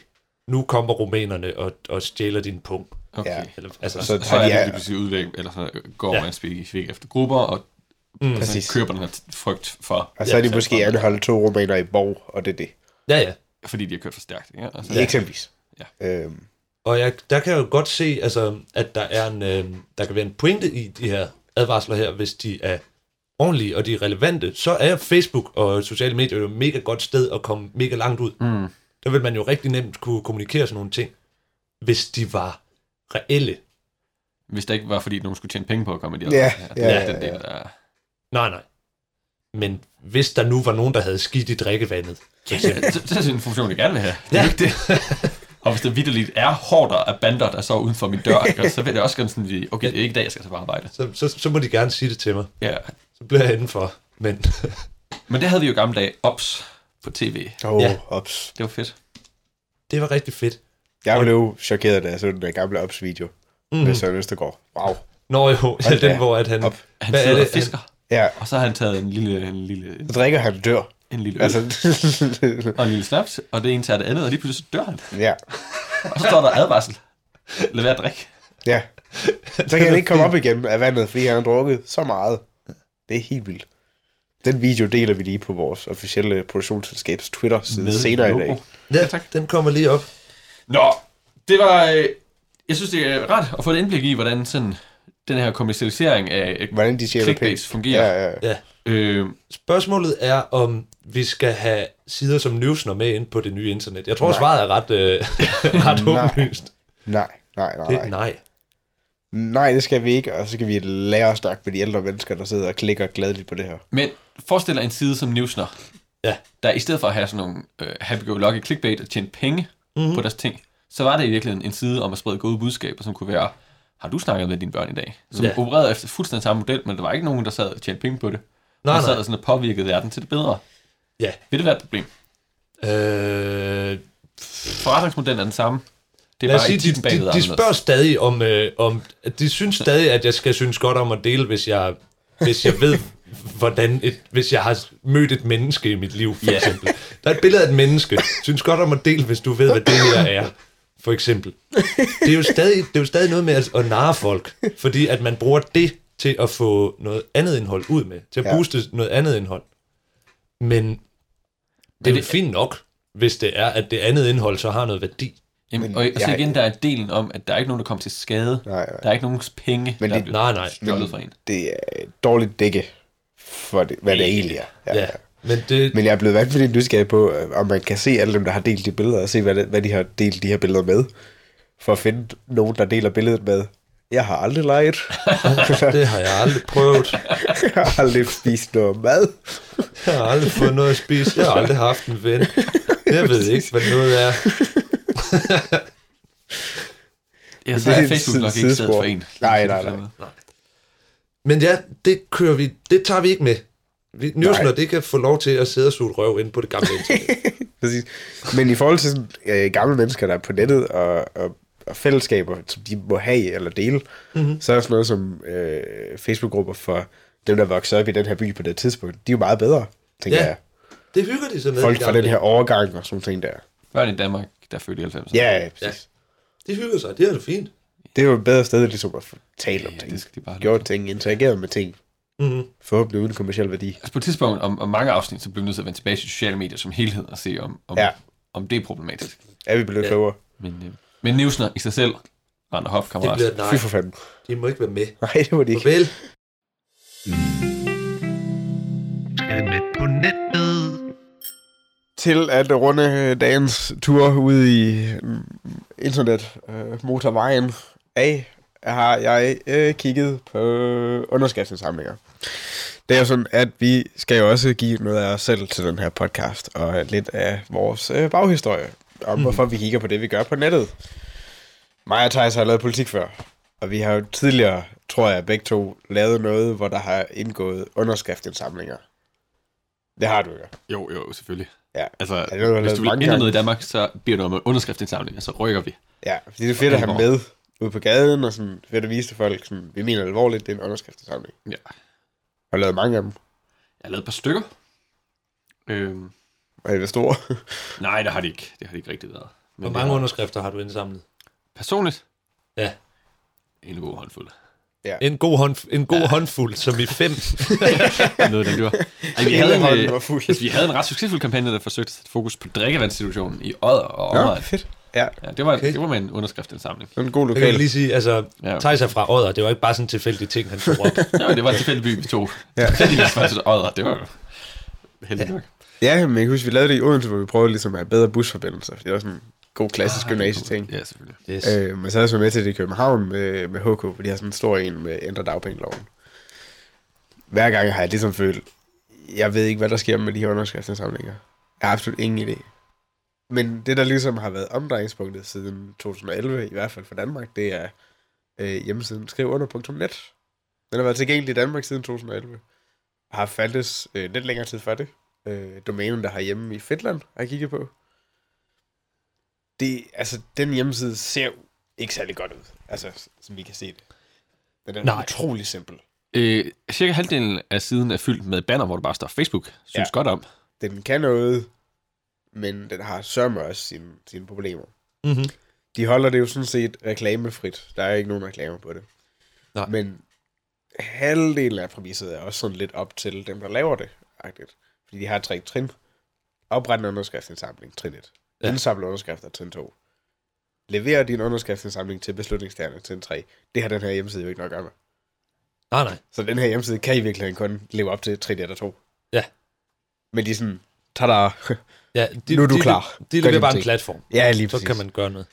Speaker 3: nu kommer rumænerne og, og stjæler din pung.
Speaker 4: Okay.
Speaker 5: Ja.
Speaker 4: Ja.
Speaker 3: Eller, altså,
Speaker 5: Så-
Speaker 3: så,
Speaker 4: Og så er
Speaker 5: Ja.
Speaker 4: det, det vil sige, udlæg, eller så går
Speaker 3: Ja.
Speaker 4: man specifikt efter grupper, og mm,
Speaker 5: præcis.
Speaker 4: altså, køber den her t- frygt for,
Speaker 5: Og så er de
Speaker 3: Ja,
Speaker 5: måske anholdt to romaner i borg, og det er det.
Speaker 3: ja, ja.
Speaker 4: fordi de har kørt for stærkt. Ja? Altså,
Speaker 5: Altså- Ja. Eksempelvis.
Speaker 4: Ja.
Speaker 5: Øhm,
Speaker 3: Og jeg, der kan jeg jo godt se, altså, at der, er en, øh, der kan være en pointe i de her advarsler her, hvis de er ordentlige og de er relevante, så er Facebook og sociale medier jo et mega godt sted at komme mega langt ud. Mm. Der vil man jo rigtig nemt kunne kommunikere sådan nogle ting, hvis de var reelle.
Speaker 4: Hvis det ikke var, fordi nogen skulle tjene penge på at komme i de
Speaker 5: Ja,
Speaker 4: her. det er
Speaker 5: ja,
Speaker 4: den
Speaker 5: ja,
Speaker 4: del, der...
Speaker 3: Nej, nej. Men hvis der nu var nogen, der havde skidt i drikkevandet, for
Speaker 5: [laughs]
Speaker 3: eksempel.
Speaker 4: Så, så er det en funktion, jeg gerne vil have. Det er
Speaker 3: Ja.
Speaker 4: ja. ikke det. Og hvis der vidderligt er hårder af bander, der så uden for min dør, ikke? så vil det også gerne sådan lige, okay, det er ikke i dag, jeg skal til på arbejde.
Speaker 3: så, så, så må de gerne sige det til mig.
Speaker 4: Ja.
Speaker 3: Så bliver jeg indenfor. Men [laughs]
Speaker 4: Men det havde vi jo i gamle dage, ops, på tv.
Speaker 5: oh,
Speaker 3: Ja.
Speaker 5: ja. ops.
Speaker 4: Det var fedt.
Speaker 3: det var rigtig fedt.
Speaker 5: Jeg blev chokeret, da jeg så den der gamle ops-video mm. med Søren Østergaard. Wow.
Speaker 3: Nå jo, ja,
Speaker 5: da
Speaker 3: [laughs] den hvor at han...
Speaker 5: op.
Speaker 4: Han
Speaker 3: Hvad er
Speaker 4: sidder
Speaker 3: det,
Speaker 4: og fisker,
Speaker 5: Ja,
Speaker 4: og så har han taget en lille, en lille,
Speaker 5: så drikker han og dør.
Speaker 4: en lille øl,
Speaker 5: Altså, [laughs]
Speaker 4: altså... og en lille snaps, og det ene tager det andet, og lige pludselig så dør han.
Speaker 5: ja,
Speaker 4: Og så står der advarsel. Lad være at drikke.
Speaker 5: ja. Så kan han ikke komme op igen af vandet, fordi han har drukket så meget. Det er helt vildt. Den video deler vi lige på vores officielle produktionsselskabs Twitter-side senere i
Speaker 4: logo.
Speaker 5: dag.
Speaker 3: Ja, den kommer lige op.
Speaker 4: Nå, det var... øh, Jeg synes, det er ret at få et indblik i, hvordan sådan, den her kommercialisering af
Speaker 5: Hvordan de tjener penge.
Speaker 4: clickbait fungerer.
Speaker 5: Ja, ja.
Speaker 3: Ja.
Speaker 4: Øh,
Speaker 3: Spørgsmålet er, om vi skal have sider som løsner med ind på det nye internet. Jeg tror, nej. svaret er ret, øh, [laughs] ret
Speaker 5: Nej.
Speaker 3: åbenlyst.
Speaker 5: Nej, nej, nej.
Speaker 3: Det, nej.
Speaker 5: Nej, det skal vi ikke, og så skal vi lære os nok med de ældre mennesker, der sidder og klikker gladeligt på det her.
Speaker 4: Men forestil dig en side som Newsner,
Speaker 3: Ja.
Speaker 4: der i stedet for at have sådan nogle øh, happy-go-lucky clickbait og tjene penge
Speaker 3: Mhm.
Speaker 4: mm-hmm. på deres ting, så var det i virkeligheden en side om at sprede gode budskaber, som kunne være, har du snakket med dine børn i dag? Som
Speaker 3: Ja.
Speaker 4: ja. opererede efter fuldstændig samme model, men der var ikke nogen, der sad og tjente penge på det.
Speaker 3: Nej,
Speaker 4: der sad
Speaker 3: nej.
Speaker 4: og sådan og påvirkede verden til det bedre.
Speaker 3: Ja.
Speaker 4: Vil det være et problem?
Speaker 3: Øh,
Speaker 4: Forretningsmodellen er den samme. Det er
Speaker 3: lad os
Speaker 4: bare
Speaker 3: sige, de,
Speaker 4: etikken bag ved
Speaker 3: de,
Speaker 4: er
Speaker 3: de
Speaker 4: anderledes.
Speaker 3: spørger stadig om, øh, om... De synes stadig, at jeg skal synes godt om at dele, hvis jeg, hvis jeg ved, hvordan et, hvis jeg har mødt et menneske i mit liv, for
Speaker 4: Ja.
Speaker 3: eksempel. Der er et billede af et menneske. Synes godt om at dele, hvis du ved, hvad det her er, for eksempel. Det er jo stadig, det er jo stadig noget med at, at narre folk, fordi at man bruger det til at få noget andet indhold ud med, til at
Speaker 5: Ja.
Speaker 3: booste noget andet indhold. Men det er jo
Speaker 4: det-
Speaker 3: fint nok, hvis det er, at det andet indhold så har noget værdi.
Speaker 4: Jamen,
Speaker 5: Men
Speaker 4: og, og så
Speaker 5: jeg-
Speaker 4: igen, der er delen om, at der er ikke nogen, der kommer til skade.
Speaker 5: Nej, nej.
Speaker 4: Der er ikke nogens penge,
Speaker 5: Men
Speaker 4: der
Speaker 5: det-
Speaker 4: er blevet
Speaker 3: Nej, nej.
Speaker 4: stjålet fra en.
Speaker 5: Det er et dårligt dække for, det, hvad det egentlig er.
Speaker 3: Ja, men det,
Speaker 5: Men jeg er blevet vanvittigt nysgerrig på, øh, om man kan se alle dem, der har delt de billeder, og se, hvad, det, hvad de har delt de her billeder med, for at finde nogen, der deler billedet med. Jeg har aldrig leget. [laughs]
Speaker 3: det har jeg aldrig prøvet.
Speaker 5: jeg har aldrig spist noget mad.
Speaker 3: Jeg har aldrig fået noget at spise. Jeg har aldrig haft en ven. Jeg ved ikke, hvad noget er.
Speaker 4: Ja, så er
Speaker 5: helt
Speaker 4: Facebook nok
Speaker 5: siden
Speaker 4: ikke stedet
Speaker 5: sidespor.
Speaker 4: for en.
Speaker 5: Nej, nej, nej.
Speaker 3: Men ja, det kører vi, det tager vi ikke med. Vi, Newsner,
Speaker 5: Nej.
Speaker 3: det kan få lov til at sidde og suge et røv ind på det gamle internet.
Speaker 5: Præcis. Men i forhold til sådan, øh, gamle mennesker, der er på nettet, og, og, og fællesskaber, som de må have eller dele, mm-hmm. så er sådan noget som øh, Facebook-grupper for dem, der voksede op i den her by på det tidspunkt, de er jo meget bedre, tænker
Speaker 3: Ja,
Speaker 5: ja, jeg.
Speaker 3: Det hygger de sig med.
Speaker 5: Folk
Speaker 3: de
Speaker 5: fra
Speaker 3: gamle.
Speaker 5: den her overgang og sådan ting der.
Speaker 4: Børn i Danmark, der er født i 90'erne.
Speaker 5: Ja, ja, præcis.
Speaker 3: De hygger sig, det er det fint.
Speaker 5: Det er jo et bedre sted ligesom at få talt om
Speaker 4: Ja,
Speaker 5: ting.
Speaker 4: det skal de bare
Speaker 5: Gjort ting, interageret med ting.
Speaker 3: Mm-hmm.
Speaker 5: Forhåbentlig uden kommersiel værdi.
Speaker 4: Altså på et tidspunkt, om, om mange afsnit, så bliver vi nødt til at vende tilbage til sociale medier som helhed og se, om, om,
Speaker 5: Ja.
Speaker 4: om det er problematisk.
Speaker 5: Er vi blevet
Speaker 3: Ja.
Speaker 5: ja. klogere?
Speaker 4: Men, øh, men Newsner i sig selv, Rand og Hoff,
Speaker 3: Det
Speaker 4: kammerat.
Speaker 3: bliver
Speaker 4: Bliver...
Speaker 3: et
Speaker 5: Fy
Speaker 3: nej.
Speaker 5: for fanden. [laughs]
Speaker 3: De må ikke være med.
Speaker 5: Nej, det var det ikke.
Speaker 3: Farvel.
Speaker 1: Skal med på nettet.
Speaker 5: Til at runde øh, dagens tur ude i mm, internet øh, motorvejen af, har jeg øh, kigget på underskriftindsamlinger. Det er jo sådan, at vi skal jo også give noget af os selv til den her podcast, og lidt af vores øh, baghistorie, om mm. hvorfor vi kigger på det, vi gør på nettet. Mig og Thijs har lavet politik før, og vi har jo tidligere, tror jeg, begge to lavet noget, hvor der har indgået underskriftindsamlinger. Det har du jo.
Speaker 4: Jo, jo, selvfølgelig.
Speaker 5: Ja.
Speaker 4: Altså,
Speaker 5: det har du
Speaker 4: hvis
Speaker 5: lavet
Speaker 4: du vil
Speaker 5: mange
Speaker 4: ændre
Speaker 5: gange.
Speaker 4: noget i Danmark, så bliver det noget med underskriftsindsamling, og så rykker vi.
Speaker 5: Ja, fordi det er fedt at have
Speaker 4: Alvor.
Speaker 5: med ude på gaden, og sådan fedt at vise til folk, sådan, vi mener alvorligt, det er en underskriftsindsamling.
Speaker 4: Ja.
Speaker 5: Jeg har lavet mange af dem,
Speaker 4: Jeg har lavet et par stykker. Øhm,
Speaker 5: og jeg
Speaker 3: [laughs]
Speaker 5: er store.
Speaker 4: nej, det har det ikke. Det har det ikke rigtig været. Men
Speaker 3: Hvor
Speaker 4: jeg
Speaker 3: mange
Speaker 4: har-
Speaker 3: underskrifter har du indsamlet?
Speaker 4: Personligt?
Speaker 3: Ja.
Speaker 4: En god håndfuld.
Speaker 3: En god, hånd, en god håndfuld, som i fem.
Speaker 4: noget, den gjorde. Ej,
Speaker 5: [laughs]
Speaker 4: vi,
Speaker 5: Hele
Speaker 4: havde en,
Speaker 5: hånden
Speaker 4: øh,
Speaker 5: var fuld.
Speaker 4: altså, vi havde en ret succesfuld kampagne, der forsøgte at sætte fokus på drikkevandssituationen i Odder og omegn. Ja.
Speaker 5: fedt. Ja,
Speaker 4: Ja, det, var,
Speaker 3: Okay.
Speaker 4: okay. det var med en underskriftindsamling.
Speaker 5: sådan en god
Speaker 3: Jeg kan
Speaker 5: lokal.
Speaker 3: lige sige, altså,
Speaker 4: Ja.
Speaker 3: Thijs er fra Odder, det var ikke bare sådan en tilfældig ting, han
Speaker 5: [laughs]
Speaker 3: tog op.
Speaker 4: Ja, det var en tilfældig by, vi tog. Ja. Tilfældigvis var det til Odder, det var jo heldigt nok.
Speaker 5: Ja, men jeg kan huske, vi lavede det i Odense, hvor vi prøvede ligesom at have bedre busforbindelser, for det var sådan en god klassisk ah, gymnasieting.
Speaker 4: Ja, selvfølgelig.
Speaker 3: Yes.
Speaker 5: Øh, men så er jeg så med til det i København med, med HK, for de har sådan en stor en med ændre dagpengeloven. Hver gang har jeg ligesom følt, jeg ved ikke, hvad der sker med de her underskriftsindsamlinger. Jeg har absolut ingen idé. Men det, der ligesom har været omdrejningspunktet siden 2011, i hvert fald for Danmark, det er øh, hjemmesiden skrivunder.net. Den har været tilgængelig i Danmark siden 2011. Og har fandtes øh, lidt længere tid før det. Øh, domænen, der har hjemme i Finland, har jeg kigget på det, altså, den hjemmeside ser jo ikke særlig godt ud, altså, som vi kan se det. Den er
Speaker 3: Nej.
Speaker 5: Nej. utrolig simpel.
Speaker 4: Øh, cirka halvdelen af siden er fyldt med banner, hvor der bare står Facebook. Synes
Speaker 5: Ja.
Speaker 4: ja. godt om.
Speaker 5: Den kan noget, men den har sørme også sine, sine problemer.
Speaker 3: Mm-hmm.
Speaker 5: De holder det jo sådan set reklamefrit. Der er ikke nogen reklamer på det.
Speaker 3: Nej.
Speaker 5: Men halvdelen af præmisset er også sådan lidt op til dem, der laver det. Agtigt. Fordi de har tre trin. Opret en underskriftsindsamling, trin 1.
Speaker 3: Ja.
Speaker 5: Ja. Indsamle underskrifter, trin 2. Lever din underskriftsindsamling til beslutningstagerne, trin 3. Det har den her hjemmeside jo ikke nok at gøre med.
Speaker 3: Nej, nej.
Speaker 5: Så den her hjemmeside kan i virkeligheden kun leve op til trin 1 og 2.
Speaker 3: Ja.
Speaker 5: Men de er sådan, Så er der...
Speaker 3: Ja, de,
Speaker 5: Nu er du
Speaker 3: de,
Speaker 5: klar.
Speaker 3: De, de leverer
Speaker 5: Gør din
Speaker 3: bare en
Speaker 5: ting.
Speaker 3: platform.
Speaker 5: [laughs] Ja, lige
Speaker 3: Så
Speaker 5: præcis.
Speaker 3: kan man gøre noget.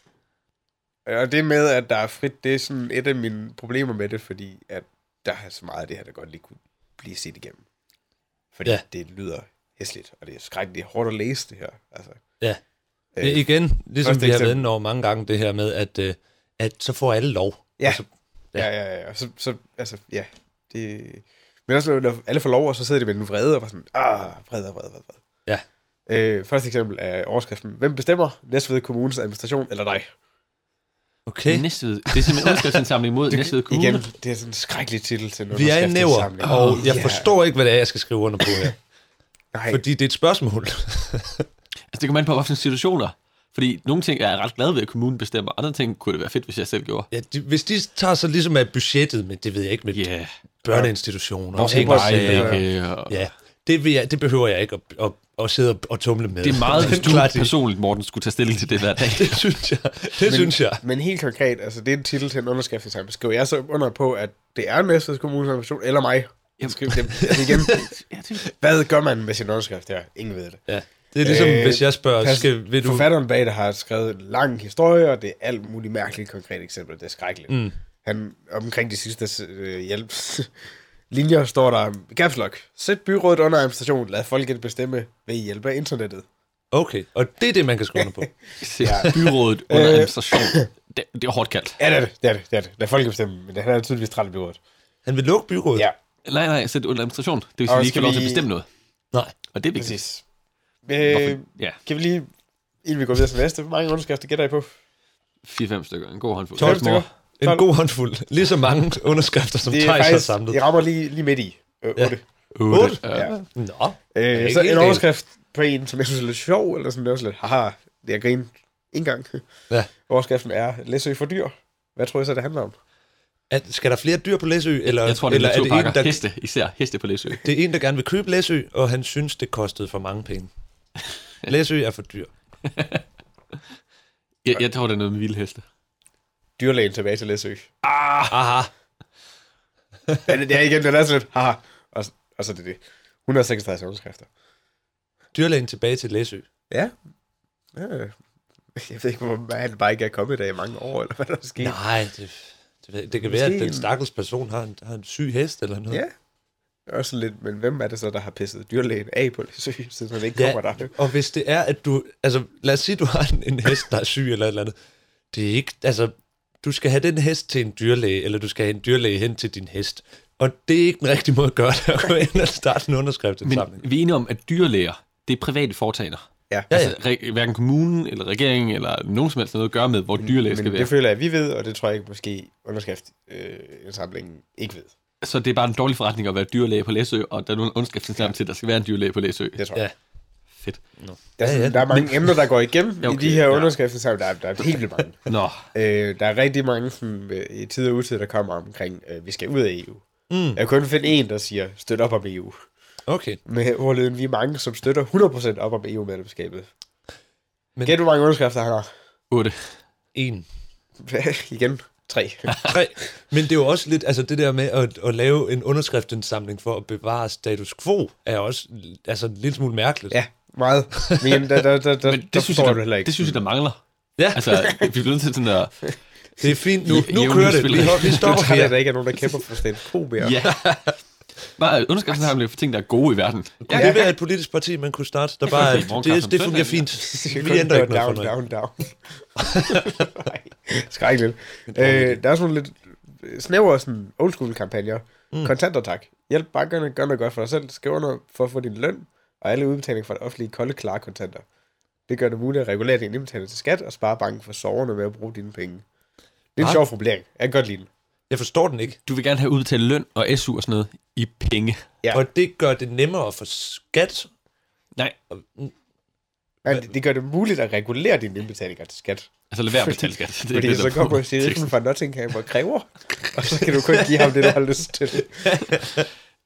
Speaker 5: Og det med, at der er frit, det er sådan et af mine problemer med det, fordi at der er så meget af det her, der godt lige kunne blive set igennem. Fordi
Speaker 3: Ja.
Speaker 5: ja. det lyder hæsligt, og det er skrækkeligt hårdt at læse det her. Altså,
Speaker 3: Ja.
Speaker 5: Øh,
Speaker 3: Øh, igen, ligesom
Speaker 5: første
Speaker 3: vi har været
Speaker 5: eksempel.
Speaker 3: inde over mange gange, det her med, at, øh, at så får alle lov.
Speaker 5: Ja.
Speaker 3: Altså,
Speaker 5: ja, ja, ja. ja. Så, så, altså, ja. Det... Men også, når alle får lov, og så sidder de med en vrede, og var sådan, ah, vrede, vrede, vrede, vrede.
Speaker 3: ja.
Speaker 5: Øh, første eksempel er overskriften. Hvem bestemmer? Næstved Kommunes administration eller dig?
Speaker 3: Okay.
Speaker 4: Næstved. Det er simpelthen udskriftindsamling mod Næstved Kommune.
Speaker 5: Igen, det er sådan en skrækkelig titel til en
Speaker 3: Vi er i næver,
Speaker 5: underskriftsindsamling.
Speaker 3: og jeg
Speaker 5: Ja.
Speaker 3: forstår ikke, hvad det er, jeg skal skrive under på
Speaker 5: [laughs]
Speaker 3: her.
Speaker 5: Nej,
Speaker 3: Fordi det er et spørgsmål.
Speaker 4: Altså, det kommer an på, hvilke situationer. Fordi nogle ting er jeg ret glad ved, at kommunen bestemmer. Andre ting kunne det være fedt, hvis jeg selv gjorde.
Speaker 3: Ja, de, hvis de tager sig ligesom af budgettet, men det ved jeg ikke, med yeah.
Speaker 4: Ja.
Speaker 3: børneinstitutioner.
Speaker 4: Og
Speaker 3: og
Speaker 4: så ikke
Speaker 3: ældre-
Speaker 4: bare ikke. øh, og-
Speaker 3: Ja, det, vil jeg, det behøver jeg ikke at, at, at sidde og, og tumle med.
Speaker 4: Det
Speaker 3: [laughs]
Speaker 4: er meget, hvis
Speaker 3: det
Speaker 4: du
Speaker 3: klart, det,
Speaker 4: personligt, Morten, skulle tage stilling til det hver dag.
Speaker 3: det [laughs] synes jeg. Det men, synes jeg.
Speaker 5: Men helt konkret, altså det er en titel til en underskriftsindsamling. Skriver jeg så under på, at det er Næstved Kommunes administration, eller mig?
Speaker 4: Jamen.
Speaker 5: Skriv det
Speaker 3: [laughs]
Speaker 5: altså igen.
Speaker 4: [laughs]
Speaker 5: Hvad gør man med sin underskrift der? Ingen ved det.
Speaker 3: Ja. Det er ligesom, øh,
Speaker 5: Øh,
Speaker 3: hvis jeg spørger,
Speaker 5: Pas,
Speaker 3: skal, vil du...
Speaker 5: Forfatteren bag det har skrevet en lang historie, og det er alt muligt mærkeligt konkrete eksempler. Det er skrækkeligt. Mm. Han, omkring de sidste øh, [laughs] hjælpslinjer står der, caps lock, sæt byrådet under administration, lad folket bestemme ved hjælp af internettet.
Speaker 3: Okay, og det er det, man kan skrive under på.
Speaker 4: Ja. Byrådet under administration. Det, det er hårdt kaldt.
Speaker 5: Ja, det er det, det er det, det er det. Lad folket bestemme, men han er tydeligvis træt af byrådet.
Speaker 3: [laughs] Han vil lukke byrådet.
Speaker 5: Ja,
Speaker 4: Nej, nej, så det er under administration. Det vil sige,
Speaker 5: Og
Speaker 4: at de ikke
Speaker 5: skal
Speaker 4: får lov til at
Speaker 5: vi-
Speaker 4: bestemme noget.
Speaker 3: Nej.
Speaker 4: Og det er vigtigt.
Speaker 5: præcis. Øh,
Speaker 4: Hvorfor- Ja,
Speaker 5: Kan vi lige, inden vi går videre til næste, hvor mange underskrifter gætter I på?
Speaker 4: 4-5 stykker. En god håndfuld.
Speaker 3: 12
Speaker 5: Fem stykker.
Speaker 3: mor. En
Speaker 5: Tolv.
Speaker 3: god håndfuld. Lige så mange underskrifter, som
Speaker 5: Det er
Speaker 3: Thijs har
Speaker 5: faktisk,
Speaker 3: samlet.
Speaker 5: I rammer lige, lige midt i. Øh,
Speaker 3: Ja.
Speaker 5: 8.
Speaker 3: Otte.
Speaker 4: Ja.
Speaker 3: Nå,
Speaker 5: Ja.
Speaker 3: ikke
Speaker 5: Øh,
Speaker 3: helt
Speaker 5: så en
Speaker 3: galt.
Speaker 5: overskrift på en, som jeg synes er lidt sjov, eller sådan, det er også lidt, haha, det er grin en gang.
Speaker 3: Ja.
Speaker 5: [laughs] Overskriften er, Læsø for dyr. Hvad tror I så, det handler om?
Speaker 3: at, skal der flere dyr på Læsø? Eller,
Speaker 4: Jeg tror, det
Speaker 3: eller
Speaker 4: er,
Speaker 3: er det, en,
Speaker 4: naturparker.
Speaker 3: der,
Speaker 4: Heste, især heste på Læsø.
Speaker 3: det er en, der gerne vil købe Læsø, og han synes, det kostede for mange [laughs] penge. Læsø er for dyr.
Speaker 4: Jeg, jeg tror, det er noget med vilde heste.
Speaker 5: Dyrlægen tilbage til Læsø.
Speaker 3: Aha.
Speaker 5: Ja, det det er igen, det er sådan lidt, haha. Og, så- og så er det det. 136 underskrifter.
Speaker 3: Dyrlægen tilbage til Læsø.
Speaker 5: Ja. Øh. Jeg ved ikke, hvor han bare ikke er kommet der i mange år, eller hvad der er sket.
Speaker 3: Nej, det, det, ved- det kan være, at
Speaker 5: Måske
Speaker 3: den
Speaker 5: en-
Speaker 3: stakkels person har en, har en syg hest eller noget.
Speaker 5: Ja. Også lidt, men hvem er det så, der har pisset dyrlægen af på Læsø, [laughs] siden han ikke ja. kommer
Speaker 3: ja.
Speaker 5: der?
Speaker 3: Og hvis det er, at du... Altså, lad os sige, du har en, en hest, der er syg eller et eller andet. Det er ikke... Altså, du skal have den hest til en dyrlæge, eller du skal have en dyrlæge hen til din hest. Og det er ikke den rigtige måde at gøre det, [laughs] at gå ind og starte en underskriftsindsamling.
Speaker 4: Men vi er enige om, at dyrlæger, det er private foretagender.
Speaker 5: Ja,
Speaker 3: Ja, ja.
Speaker 4: Altså, re- hverken kommunen eller regeringen eller nogen som helst har noget at gøre med, hvor dyrlæger
Speaker 5: men
Speaker 4: skal
Speaker 5: det
Speaker 4: være.
Speaker 5: føler jeg, at vi ved, og det tror jeg ikke måske underskrift øh, en samling ikke ved.
Speaker 4: Så det er bare en dårlig forretning at være dyrlæge på Læsø, og der er nogle underskriftsindsamling til, at der skal være en dyrlæge på Læsø.
Speaker 5: Det tror
Speaker 3: Ja.
Speaker 5: jeg.
Speaker 4: Fedt.
Speaker 5: Der, er, sådan,
Speaker 3: ja.
Speaker 5: der er mange emner, der går igennem
Speaker 4: Ja,
Speaker 5: [laughs] ja,
Speaker 4: okay,
Speaker 5: okay, i de her
Speaker 4: ja.
Speaker 5: ja. underskriftsindsamlinger. Der, er- der er helt vildt [laughs] mange.
Speaker 4: Nå,
Speaker 5: øh, der er rigtig mange sådan, øh, i tid og utid, der kommer omkring, øh, vi skal ud af EU. Mm. Jeg kan kun finde en, der siger, støt op om E EU.
Speaker 3: Okay.
Speaker 5: [laughs] Med ordlyden, vi er mange, som støtter 100% op om EU-medlemskabet.
Speaker 3: Men-
Speaker 5: Men... Gæt, hvor mange underskrifter han har.
Speaker 4: 8.
Speaker 3: En.
Speaker 5: [laughs] Igen, tre.
Speaker 3: Tre. Men det er jo også lidt, altså det der med at, at lave en underskriftsindsamling for at bevare status quo, er også altså, en lille smule mærkeligt.
Speaker 5: ja, meget. Men, der, der, der, der,
Speaker 4: Men
Speaker 5: der
Speaker 4: det synes,
Speaker 5: forstår
Speaker 4: jeg,
Speaker 5: du heller
Speaker 4: der,
Speaker 5: ikke.
Speaker 4: det synes jeg, der mangler.
Speaker 3: ja
Speaker 4: Altså, vi bliver nødt til sådan at...
Speaker 3: det er fint. Nu, nu
Speaker 4: Jævne
Speaker 3: kører det. Vi,
Speaker 4: spiller.
Speaker 3: vi stopper
Speaker 5: Jeg er træt af, at
Speaker 3: her.
Speaker 5: der ikke er nogen, der kæmper for Sten Koberg.
Speaker 4: Ja. Bare underskriftsindsamling for ting, der er gode i verden.
Speaker 3: Kunne det være et politisk parti, man kunne starte? Der bare,
Speaker 4: morgenkaffe om
Speaker 3: det, det
Speaker 4: søndagen,
Speaker 3: fungerer
Speaker 4: ja.
Speaker 3: fint.
Speaker 5: Det
Speaker 3: Vi ændrer ikke noget
Speaker 5: down,
Speaker 3: for noget.
Speaker 5: down, down, Nej, [laughs] Skrækkeligt. Øh, der er sådan nogle lidt snævre sådan old school kampagner. Mm. Kontanter tak. Hjælp bankerne, gør noget godt for dig selv. Skriv under for at få din løn, og alle udbetalinger fra det offentlige kolde klare kontanter. Det gør det muligt at regulere din indbetaling til skat og spare banken for soverne ved at bruge dine penge. Det er en
Speaker 3: Ah.
Speaker 5: sjov formulering. Jeg kan godt lide den.
Speaker 3: Jeg forstår den ikke.
Speaker 4: Du vil gerne have udbetalt løn og SU og sådan noget i penge.
Speaker 5: Ja.
Speaker 3: Og det gør det nemmere for skat.
Speaker 4: Nej,
Speaker 5: Nej, det, det gør det muligt at regulere dine indbetalinger til skat.
Speaker 4: altså lad være at betale [laughs] skat. Det er
Speaker 5: Fordi
Speaker 4: det,
Speaker 5: så
Speaker 4: der-
Speaker 5: kommer sheriffen fra Nottingham og kræver, og så kan du kun give ham det, du har lyst til.
Speaker 4: Øh,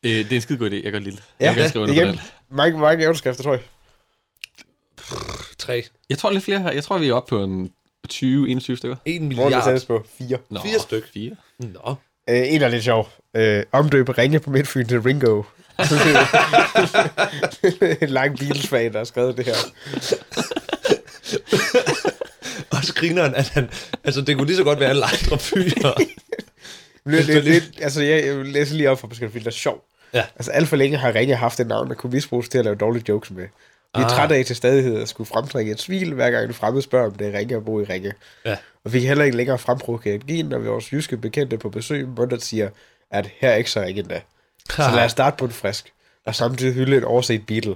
Speaker 4: det er en skide god idé, jeg kan godt lide det.
Speaker 5: Ja,
Speaker 4: jeg kan skrive under på
Speaker 5: igen.
Speaker 4: den.
Speaker 5: Mange, mange underskrifter, tror jeg.
Speaker 3: Tre.
Speaker 4: Jeg tror lidt flere her. Jeg tror, vi er oppe på en 20-21 stykker.
Speaker 3: En
Speaker 5: Hvor er det
Speaker 3: milliard.
Speaker 5: tættest på? Fire.
Speaker 4: Nå,
Speaker 3: Fire styk.
Speaker 4: Fire.
Speaker 3: Nå.
Speaker 5: Øh, en er lidt sjov. Øh, omdøbe ringe på Midtfyn til Ringo. [laughs] en lang bilsfag, der har skrevet det her.
Speaker 3: Også grineren, at han... Altså, det kunne lige så godt være alle andre fyre.
Speaker 5: Det, det, det, altså, jeg, jeg læser lige op fra beskrivelsen, fordi det er sjov.
Speaker 3: Ja.
Speaker 5: Altså, alt for længe har Ringe haft et navn, der kunne misbruges til at lave dårlige jokes med. Vi er
Speaker 3: Ah.
Speaker 5: trætte af til stadighed at skulle fremtrække et smil, hver gang en fremmed spørger, om det er Ringe at bo i Ringe.
Speaker 3: Ja.
Speaker 5: Og vi kan heller ikke længere fremprovokere energien, når vores jyske bekendte på besøg mundt siger, at her er ikke så Ringe endda. Så lad os starte på en frisk, og samtidig hylde en overset Beatle.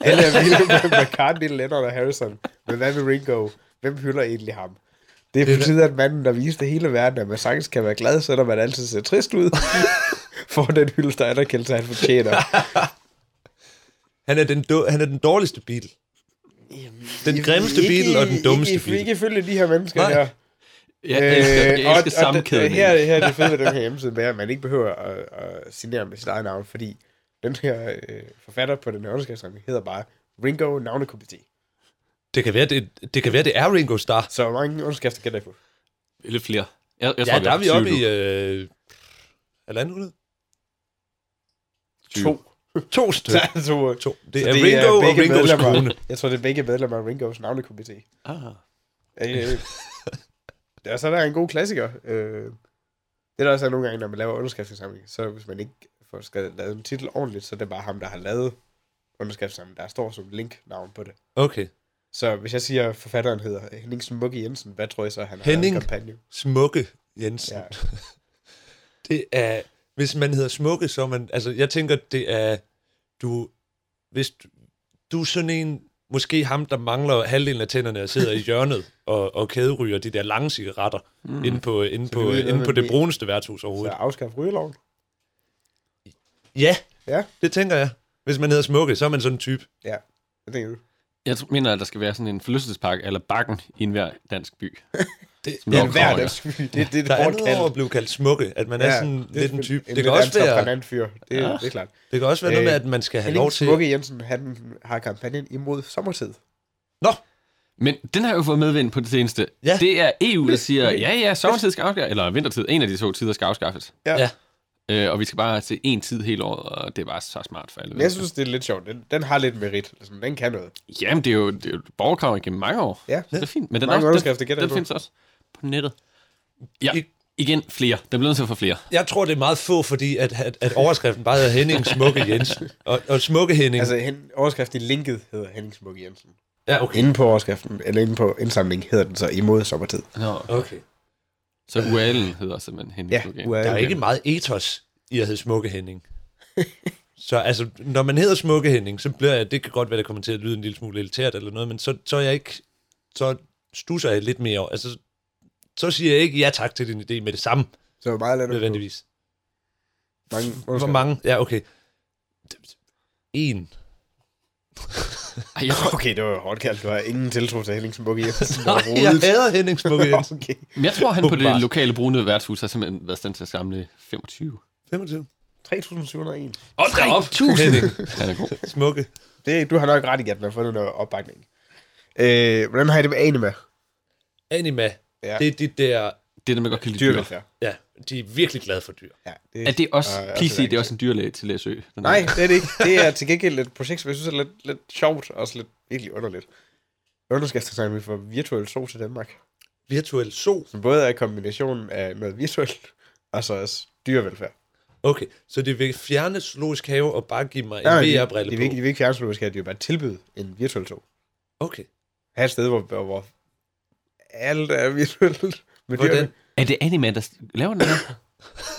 Speaker 5: Alle er vilde med McCartney, Lennon og Harrison. Men hvad med Ringo? Hvem hylder egentlig ham? Det er på tide, at manden, der viste hele verden, at man sagtens kan være glad, selvom man altid ser trist ud, [laughs] får den hyldest og anerkendelse, han fortjener.
Speaker 3: Han er den, do- han er den dårligste Beatle. Den [laughs] grimmeste
Speaker 5: Ikke-
Speaker 3: Beatle og den dummeste
Speaker 5: ikke,
Speaker 3: Beatle.
Speaker 5: Ikke følge de her mennesker
Speaker 3: Nej.
Speaker 5: her.
Speaker 4: Jeg elsker, jeg elsker sammenkædning.
Speaker 5: Øh, det, her, her
Speaker 4: [laughs]
Speaker 5: er det fede ved den her hjemmeside, det er, at man ikke behøver at, at signere med sit eget navn, fordi den her øh, forfatter på den her underskriftssamling hedder bare Ringo Navnekomité.
Speaker 3: Det kan være, det, det, kan være, det er Ringo Starr.
Speaker 5: Så hvor mange underskrifter kan der få?
Speaker 4: Lidt flere. Jeg, jeg
Speaker 3: Ja,
Speaker 4: tror,
Speaker 3: der er vi oppe i...
Speaker 4: Uh,
Speaker 3: Øh, halvanden hundrede?
Speaker 5: To.
Speaker 3: To
Speaker 5: Der
Speaker 3: stykker.
Speaker 5: er to.
Speaker 3: To. Det
Speaker 5: [laughs] Så
Speaker 3: er Ringo og
Speaker 5: begge
Speaker 3: Ringos
Speaker 5: medlemmer-
Speaker 3: kone.
Speaker 5: Jeg tror, det er begge medlemmer af Ringos navnekomité.
Speaker 4: ah.
Speaker 5: Øh, der, så er der en god klassiker. Øh, det der også er nogle gange, når man laver underskriftsindsamling, så hvis man ikke får skrevet, lavet en titel ordentligt, så er det bare ham, der har lavet underskriftsindsamlingen, der står som linknavn på det.
Speaker 3: Okay.
Speaker 5: Så hvis jeg siger, at forfatteren hedder Henning Smukke Jensen, hvad tror jeg så, han har
Speaker 3: Henning.
Speaker 5: en kampagne?
Speaker 3: Smukke Jensen.
Speaker 5: Ja.
Speaker 3: Ja. Det er... Hvis man hedder Smukke, så er man... Altså, jeg tænker, det er... Du... Hvis du, du er sådan en... Måske ham, der mangler halvdelen af tænderne og sidder i hjørnet [laughs] og, og kæderyger de der lange cigaretter mm. inde på, inde
Speaker 5: det
Speaker 3: på,
Speaker 5: lyder
Speaker 3: inde
Speaker 5: noget
Speaker 3: på
Speaker 5: med
Speaker 3: det
Speaker 5: B.
Speaker 3: bruneste værtshus
Speaker 5: Så
Speaker 3: overhovedet.
Speaker 5: afskaffe rygeloven.
Speaker 3: Ja,
Speaker 5: Ja.
Speaker 3: det tænker jeg. Hvis man hedder Smukke, så er man sådan en type.
Speaker 5: Ja, det tænker du.
Speaker 4: Jeg tror- mener, at der skal være sådan en forlystelsespark eller bakken i enhver dansk by.
Speaker 3: Det,
Speaker 4: Som
Speaker 5: Det er
Speaker 4: lovkrav,
Speaker 5: hver
Speaker 4: ja.
Speaker 5: dansk by. Det, det, det,
Speaker 3: der
Speaker 5: er
Speaker 3: er
Speaker 5: det
Speaker 3: andet over at blive kaldt Smukke, at man ja, er sådan lidt en type. Det kan, også være, Ah.
Speaker 5: Fyr. Det, ja. det er klart.
Speaker 3: det kan også være noget med,
Speaker 5: Øh,
Speaker 3: at man skal have lov
Speaker 5: Henning
Speaker 3: til...
Speaker 5: Smukke Jensen, han har kampagnen imod sommertid.
Speaker 3: Nå,
Speaker 4: Men den har jo fået medvind på det seneste.
Speaker 3: Ja.
Speaker 4: Det er EU, der siger, ja, ja, sommertid skal afskaffes, eller vintertid, en af de to tider skal afskaffes.
Speaker 3: ja.
Speaker 4: Øh, og vi skal bare se én tid hele året, og det er bare så smart for alle.
Speaker 5: Men jeg synes, det er lidt sjovt. Den, den har lidt merit. Altså, den kan noget.
Speaker 4: Jamen, det er jo, det er jo et borgerkrav igennem mange år.
Speaker 5: Ja.
Speaker 4: Så det er fint. Men den,
Speaker 5: Mange
Speaker 4: er også,
Speaker 5: underskrifter
Speaker 4: den,
Speaker 5: gætter
Speaker 4: den
Speaker 5: jeg på.
Speaker 4: findes også på nettet. Ja,
Speaker 3: I-
Speaker 4: igen flere. Den bliver nødt til at få flere.
Speaker 3: Jeg tror, det er meget få, fordi at, at, at overskriften bare hedder Henning Smukke Jensen. Og, og Smukke Henning.
Speaker 5: Altså, hen, overskriften i linket hedder Henning Smukke Jensen.
Speaker 3: ja, okay.
Speaker 5: Inde på overskriften, eller inde på indsamlingen, hedder den så imod sommertid.
Speaker 4: Nå.
Speaker 3: okay.
Speaker 4: Så URL'en hedder simpelthen Henning
Speaker 5: Ja,
Speaker 4: Smukke.
Speaker 5: URL.
Speaker 3: Der er ikke meget ethos i at hedde Smukke Henning. Så altså, når man hedder Smukke Henning, så bliver jeg, det kan godt være, det kommer til at lyde en lille smule elitært eller noget, men så, så er jeg ikke, så stusser jeg lidt mere. over- Altså, så siger jeg ikke ja tak til din idé med det samme,
Speaker 5: Så hvor meget lader du på?
Speaker 3: nødvendigvis.
Speaker 5: Mange
Speaker 3: Hvor
Speaker 5: underskrifter.
Speaker 3: mange? Ja, okay. En.
Speaker 4: Ej, jeg, tror,
Speaker 5: [laughs] Okay, det var jo hårdt kaldt. Du har ingen tiltro til Henning Smukke Jensen.
Speaker 3: Nej, jeg hader Henning Smukke Jensen.
Speaker 5: okay.
Speaker 4: men jeg tror, han på det
Speaker 3: Åbenbart.
Speaker 4: lokale brune værtshus har simpelthen været i stand til at samle 25.
Speaker 3: 25.
Speaker 5: 3701.
Speaker 4: Hold da op!
Speaker 3: 1000. Henning.
Speaker 4: Han er god.
Speaker 3: Smukke.
Speaker 5: Det, du har nok ret i, at man har fundet noget opbakning. Øh, hvordan har I det med anima?
Speaker 3: Anima.
Speaker 5: Ja.
Speaker 3: Ja. Det er de der...
Speaker 4: Det er det, man godt kan lide dyr.
Speaker 5: Dyrevelfærd.
Speaker 3: Ja, de er virkelig glade for dyr.
Speaker 5: Ja,
Speaker 4: Er det også,
Speaker 5: Og- og
Speaker 4: please
Speaker 5: så
Speaker 4: sig, det er også en dyrlæge til Læsø. Den
Speaker 5: Nej,
Speaker 4: er-
Speaker 5: det er det ikke. Det er til gengæld et projekt, som jeg synes er lidt, lidt sjovt, og også lidt virkelig underligt. Underskabsdesign for virtuel sol til Danmark,
Speaker 3: Virtuel so.
Speaker 5: som både er kombinationen af noget virtuelt, og så også dyrevelfærd.
Speaker 3: Okay, så det vil fjerne zoologisk have og bare give mig en
Speaker 5: de, de,
Speaker 3: VR-brille
Speaker 5: vil ikke,
Speaker 3: på.
Speaker 5: de vil ikke fjernzoologisk have, de vil bare tilbyde en virtuel sol.
Speaker 3: Okay.
Speaker 5: Have et sted, hvor, hvor, hvor alt er virtuelt. Med
Speaker 3: Hvordan?
Speaker 5: dyrene.
Speaker 4: Er det Anima, der laver den her?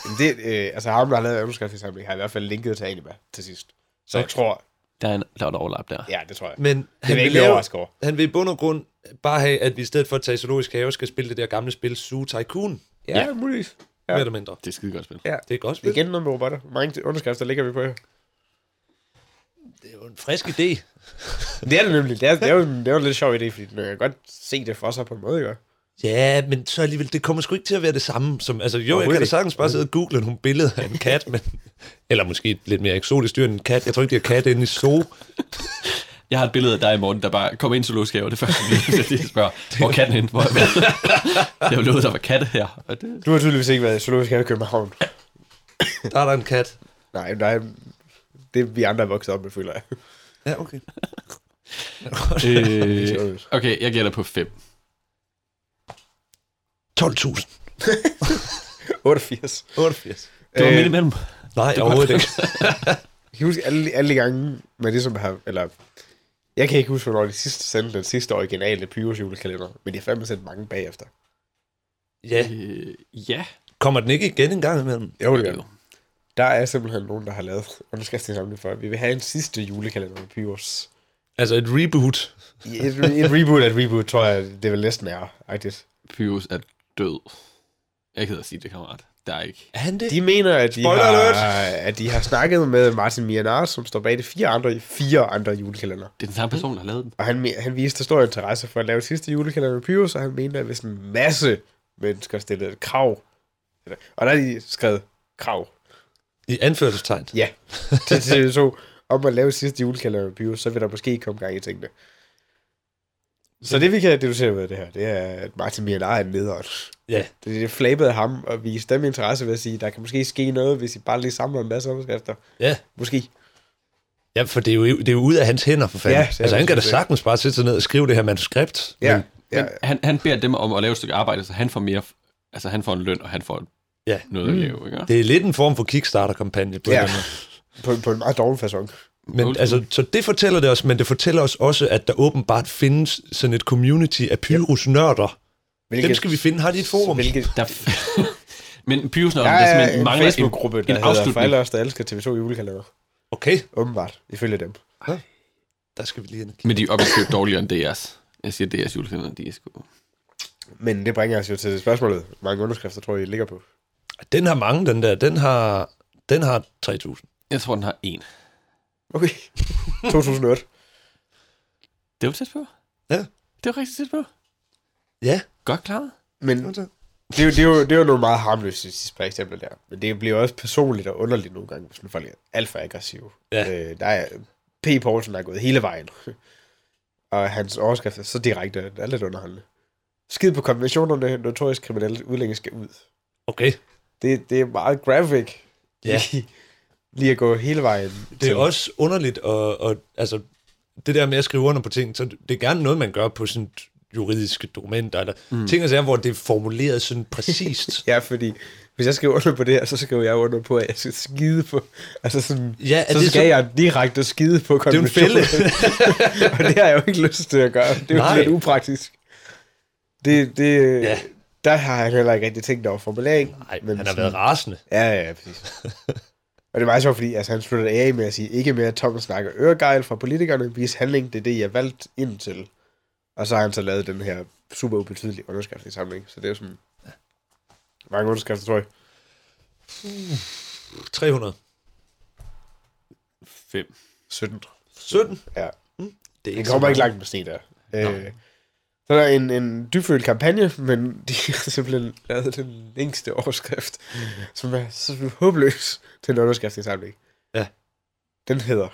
Speaker 5: Men Det, øh, altså ham, der har lavet underskriftsindsamling, har i hvert fald linket til Anima til sidst. Så jeg tror,
Speaker 4: Der er, en, der er et overlap der.
Speaker 5: ja, det tror jeg.
Speaker 3: Men han
Speaker 5: Det vil jeg
Speaker 3: vil,
Speaker 5: ikke blive
Speaker 3: lave,
Speaker 5: overrasket over.
Speaker 3: han vil i bund og grund bare have, at vi i stedet for at tage zoologisk have, skal spille det der gamle spil Zoo Tycoon,
Speaker 5: Ja, ja. muligvis.
Speaker 3: ja. mere eller mindre.
Speaker 4: Det er et skide godt spil.
Speaker 5: Ja.
Speaker 3: Det er et godt spil.
Speaker 5: Igen noget med robotter. Hvor mange underskrifter ligger vi på her?
Speaker 3: Det er jo en frisk idé.
Speaker 5: Det er det nemlig. Det er, det er, jo, [laughs] en, det er jo en lidt sjov idé, fordi man kan godt se det for sig på en måde, ikke?
Speaker 3: Ja, men så alligevel, det kommer sgu ikke til at være det samme. Som, altså, jo, jeg kan da
Speaker 5: ikke.
Speaker 3: sagtens bare sidde og google nogle billeder af en kat, men, [laughs] eller måske et lidt mere eksotisk dyr end en kat. Jeg tror ikke, de har kat inde i zoo.
Speaker 4: Jeg har et billede af dig i morgen, der bare kommer ind til Låskave, og det første, de lige spørger, hvor er katten hen? Hvor er katten? Jeg har lovet, der var katte her. Og det,
Speaker 5: Du har tydeligvis ikke været i Zoologisk Have i København.
Speaker 3: Der er der en kat.
Speaker 5: Nej, nej. det, vi andre er vokset op med, føler jeg.
Speaker 3: Ja, okay.
Speaker 5: [laughs]
Speaker 4: Øh,
Speaker 5: Øh.
Speaker 4: okay, jeg gætter på 5.
Speaker 3: 12.000.
Speaker 5: 88.
Speaker 3: 88.
Speaker 4: Det var
Speaker 5: Øh,
Speaker 4: midt imellem.
Speaker 3: Nej, overhovedet ikke.
Speaker 5: Jeg kan huske alle, alle gange, man ligesom har... Eller, jeg kan ikke huske, hvornår de sidste sendte den sidste originale Pyros julekalender, men de har fandme sendt mange bagefter.
Speaker 3: Ja,
Speaker 4: Øh, ja.
Speaker 3: kommer den ikke igen en gang imellem?
Speaker 5: Jo, det gør de. Der er simpelthen nogen, der har lavet underskriftsindsamling for, at vi vil have en sidste julekalender med [laughs] Pyros.
Speaker 3: Altså et reboot.
Speaker 5: I Et, et reboot af et reboot, tror jeg, det vel næsten er. Rigtigt.
Speaker 4: Pyrus er død. Jeg gider at sige det, kammerat. Der er ikke...
Speaker 3: Er han det?
Speaker 5: De mener, at de,
Speaker 3: Spoiler
Speaker 5: har, at de har snakket med Martin Mianar, som står bag de fire andre, fire andre julekalender.
Speaker 4: Det er den samme person, der har lavet den.
Speaker 5: Og han, me- han viste stor interesse for at lave sidste julekalender med Pyrus, og han mente, at hvis en masse mennesker stillede et krav, eller- og der er de skrevet krav,
Speaker 3: I anførselstegn.
Speaker 5: ja, [laughs] til TV2, om at lave sidste julekalender med Pyrus, så vil der måske komme gang i tingene. Så det, vi kan deducere med det her, det er, at Martin Mianar er en nederen.
Speaker 3: Ja.
Speaker 5: Det er det flabede af ham at vise dem interesse ved at sige, der kan måske ske noget, hvis I bare lige samler en masse underskrifter.
Speaker 3: Ja.
Speaker 5: Måske.
Speaker 3: Ja, for det er, jo, det er jo ud af hans hænder, for fanden.
Speaker 5: Ja,
Speaker 3: Ja,
Speaker 5: det er
Speaker 3: altså, han kan da
Speaker 5: præcis det.
Speaker 3: sagtens bare sætte sig ned og skrive det her manuskript.
Speaker 5: Ja,
Speaker 3: Men,
Speaker 5: ja.
Speaker 4: Men han, han beder dem om at lave et stykke arbejde, så han får mere... Altså, han får en løn, og han får
Speaker 3: ja.
Speaker 4: noget at lave, ikke?
Speaker 3: Det er lidt en form for Kickstarter-kampagne. På
Speaker 5: Ja.
Speaker 3: ja. den måde.
Speaker 5: På, på en meget dårlig façon.
Speaker 3: Men, altså, så det fortæller det os, men det fortæller os også, at der åbenbart findes sådan et community af pyrusnørder. Dem skal vi finde. Har de et forum?
Speaker 5: Hvilket,
Speaker 4: Der... [laughs] Men Pyrus, når
Speaker 5: der
Speaker 4: ja, ja,
Speaker 5: er
Speaker 4: ja,
Speaker 5: en
Speaker 4: mangler en,
Speaker 5: Facebook-gruppe, der
Speaker 4: en
Speaker 5: hedder
Speaker 4: afslutning.
Speaker 5: Fejlers, der elsker TV2 julekalender.
Speaker 3: Okay,
Speaker 5: Åbenbart, ifølge dem.
Speaker 3: der skal vi lige ind og kigge.
Speaker 4: Men de er objektivt dårligere end DR's. Jeg siger, DR's julekalender, de er sgu...
Speaker 5: Men det bringer os jo til spørgsmålet. Hvor mange underskrifter tror I ligger på?
Speaker 3: Den har mange, den der. Den har, den har 3.000.
Speaker 4: Jeg tror, den har en.
Speaker 3: [laughs]
Speaker 5: Okay. 2008.
Speaker 4: Det var tæt på.
Speaker 3: Ja.
Speaker 4: Det var rigtig tæt på.
Speaker 3: Ja,
Speaker 4: Godt klaret.
Speaker 5: Men det er, jo, det, er jo, det er jo nogle meget harmløse de sidste par eksempler der. Men det bliver også personligt og underligt nogle gange, hvis nu folk er alt for aggressive.
Speaker 3: Ja.
Speaker 5: Øh, der er P. Poulsen, der er gået hele vejen. [laughs] og hans overskrift er så direkte, at det er lidt underholdende. Skid på konventionerne, notorisk kriminelle udlændinge skal ud.
Speaker 3: okay.
Speaker 5: Det, det er meget graphic.
Speaker 3: Ja.
Speaker 5: Lige, [laughs] lige at gå hele vejen.
Speaker 3: Det er også underligt, og, og altså, det der med at skrive under på ting, så det er gerne noget, man gør på sådan juridiske dokumenter, eller mm. ting og sager, hvor det er formuleret sådan [laughs] præcist.
Speaker 5: Ja, fordi hvis jeg skriver under på det her, så skriver jeg under på, at jeg skal skide på... Altså sådan,
Speaker 3: Ja, er
Speaker 5: så
Speaker 3: det
Speaker 5: skal så...
Speaker 3: så-
Speaker 5: jeg direkte skide på
Speaker 3: er jo en
Speaker 5: konventionen. [laughs] og det har jeg jo ikke lyst til at gøre. Det er jo
Speaker 3: Nej.
Speaker 5: lidt upraktisk. Det, det,
Speaker 3: Ja.
Speaker 5: ja. Der har han heller ikke rigtig tænkt over formulering.
Speaker 3: Nej, men han har været rasende.
Speaker 5: Ja, ja, ja, præcis. og det er meget sjovt, fordi altså, han slutter af med at sige, ikke mere tom snak og øregejl fra politikerne, vis handling, det er det, jeg valgt ind til. Og så har han så lavet den her super ubetydelige underskriftsindsamling, så det er jo sådan... Mange underskrifter, tror jeg.
Speaker 3: 300.
Speaker 4: 5.
Speaker 5: 17.
Speaker 3: 17?
Speaker 5: Ja.
Speaker 3: Det er
Speaker 5: Den
Speaker 3: så
Speaker 5: kommer
Speaker 3: meget.
Speaker 5: ikke langt med sne der. Øh, så er der en, en dybfølt kampagne, men [laughs] de har simpelthen lavet den længste overskrift, mm. som er så håbløs til en underskriftsindsamling.
Speaker 3: Ja.
Speaker 5: Den hedder,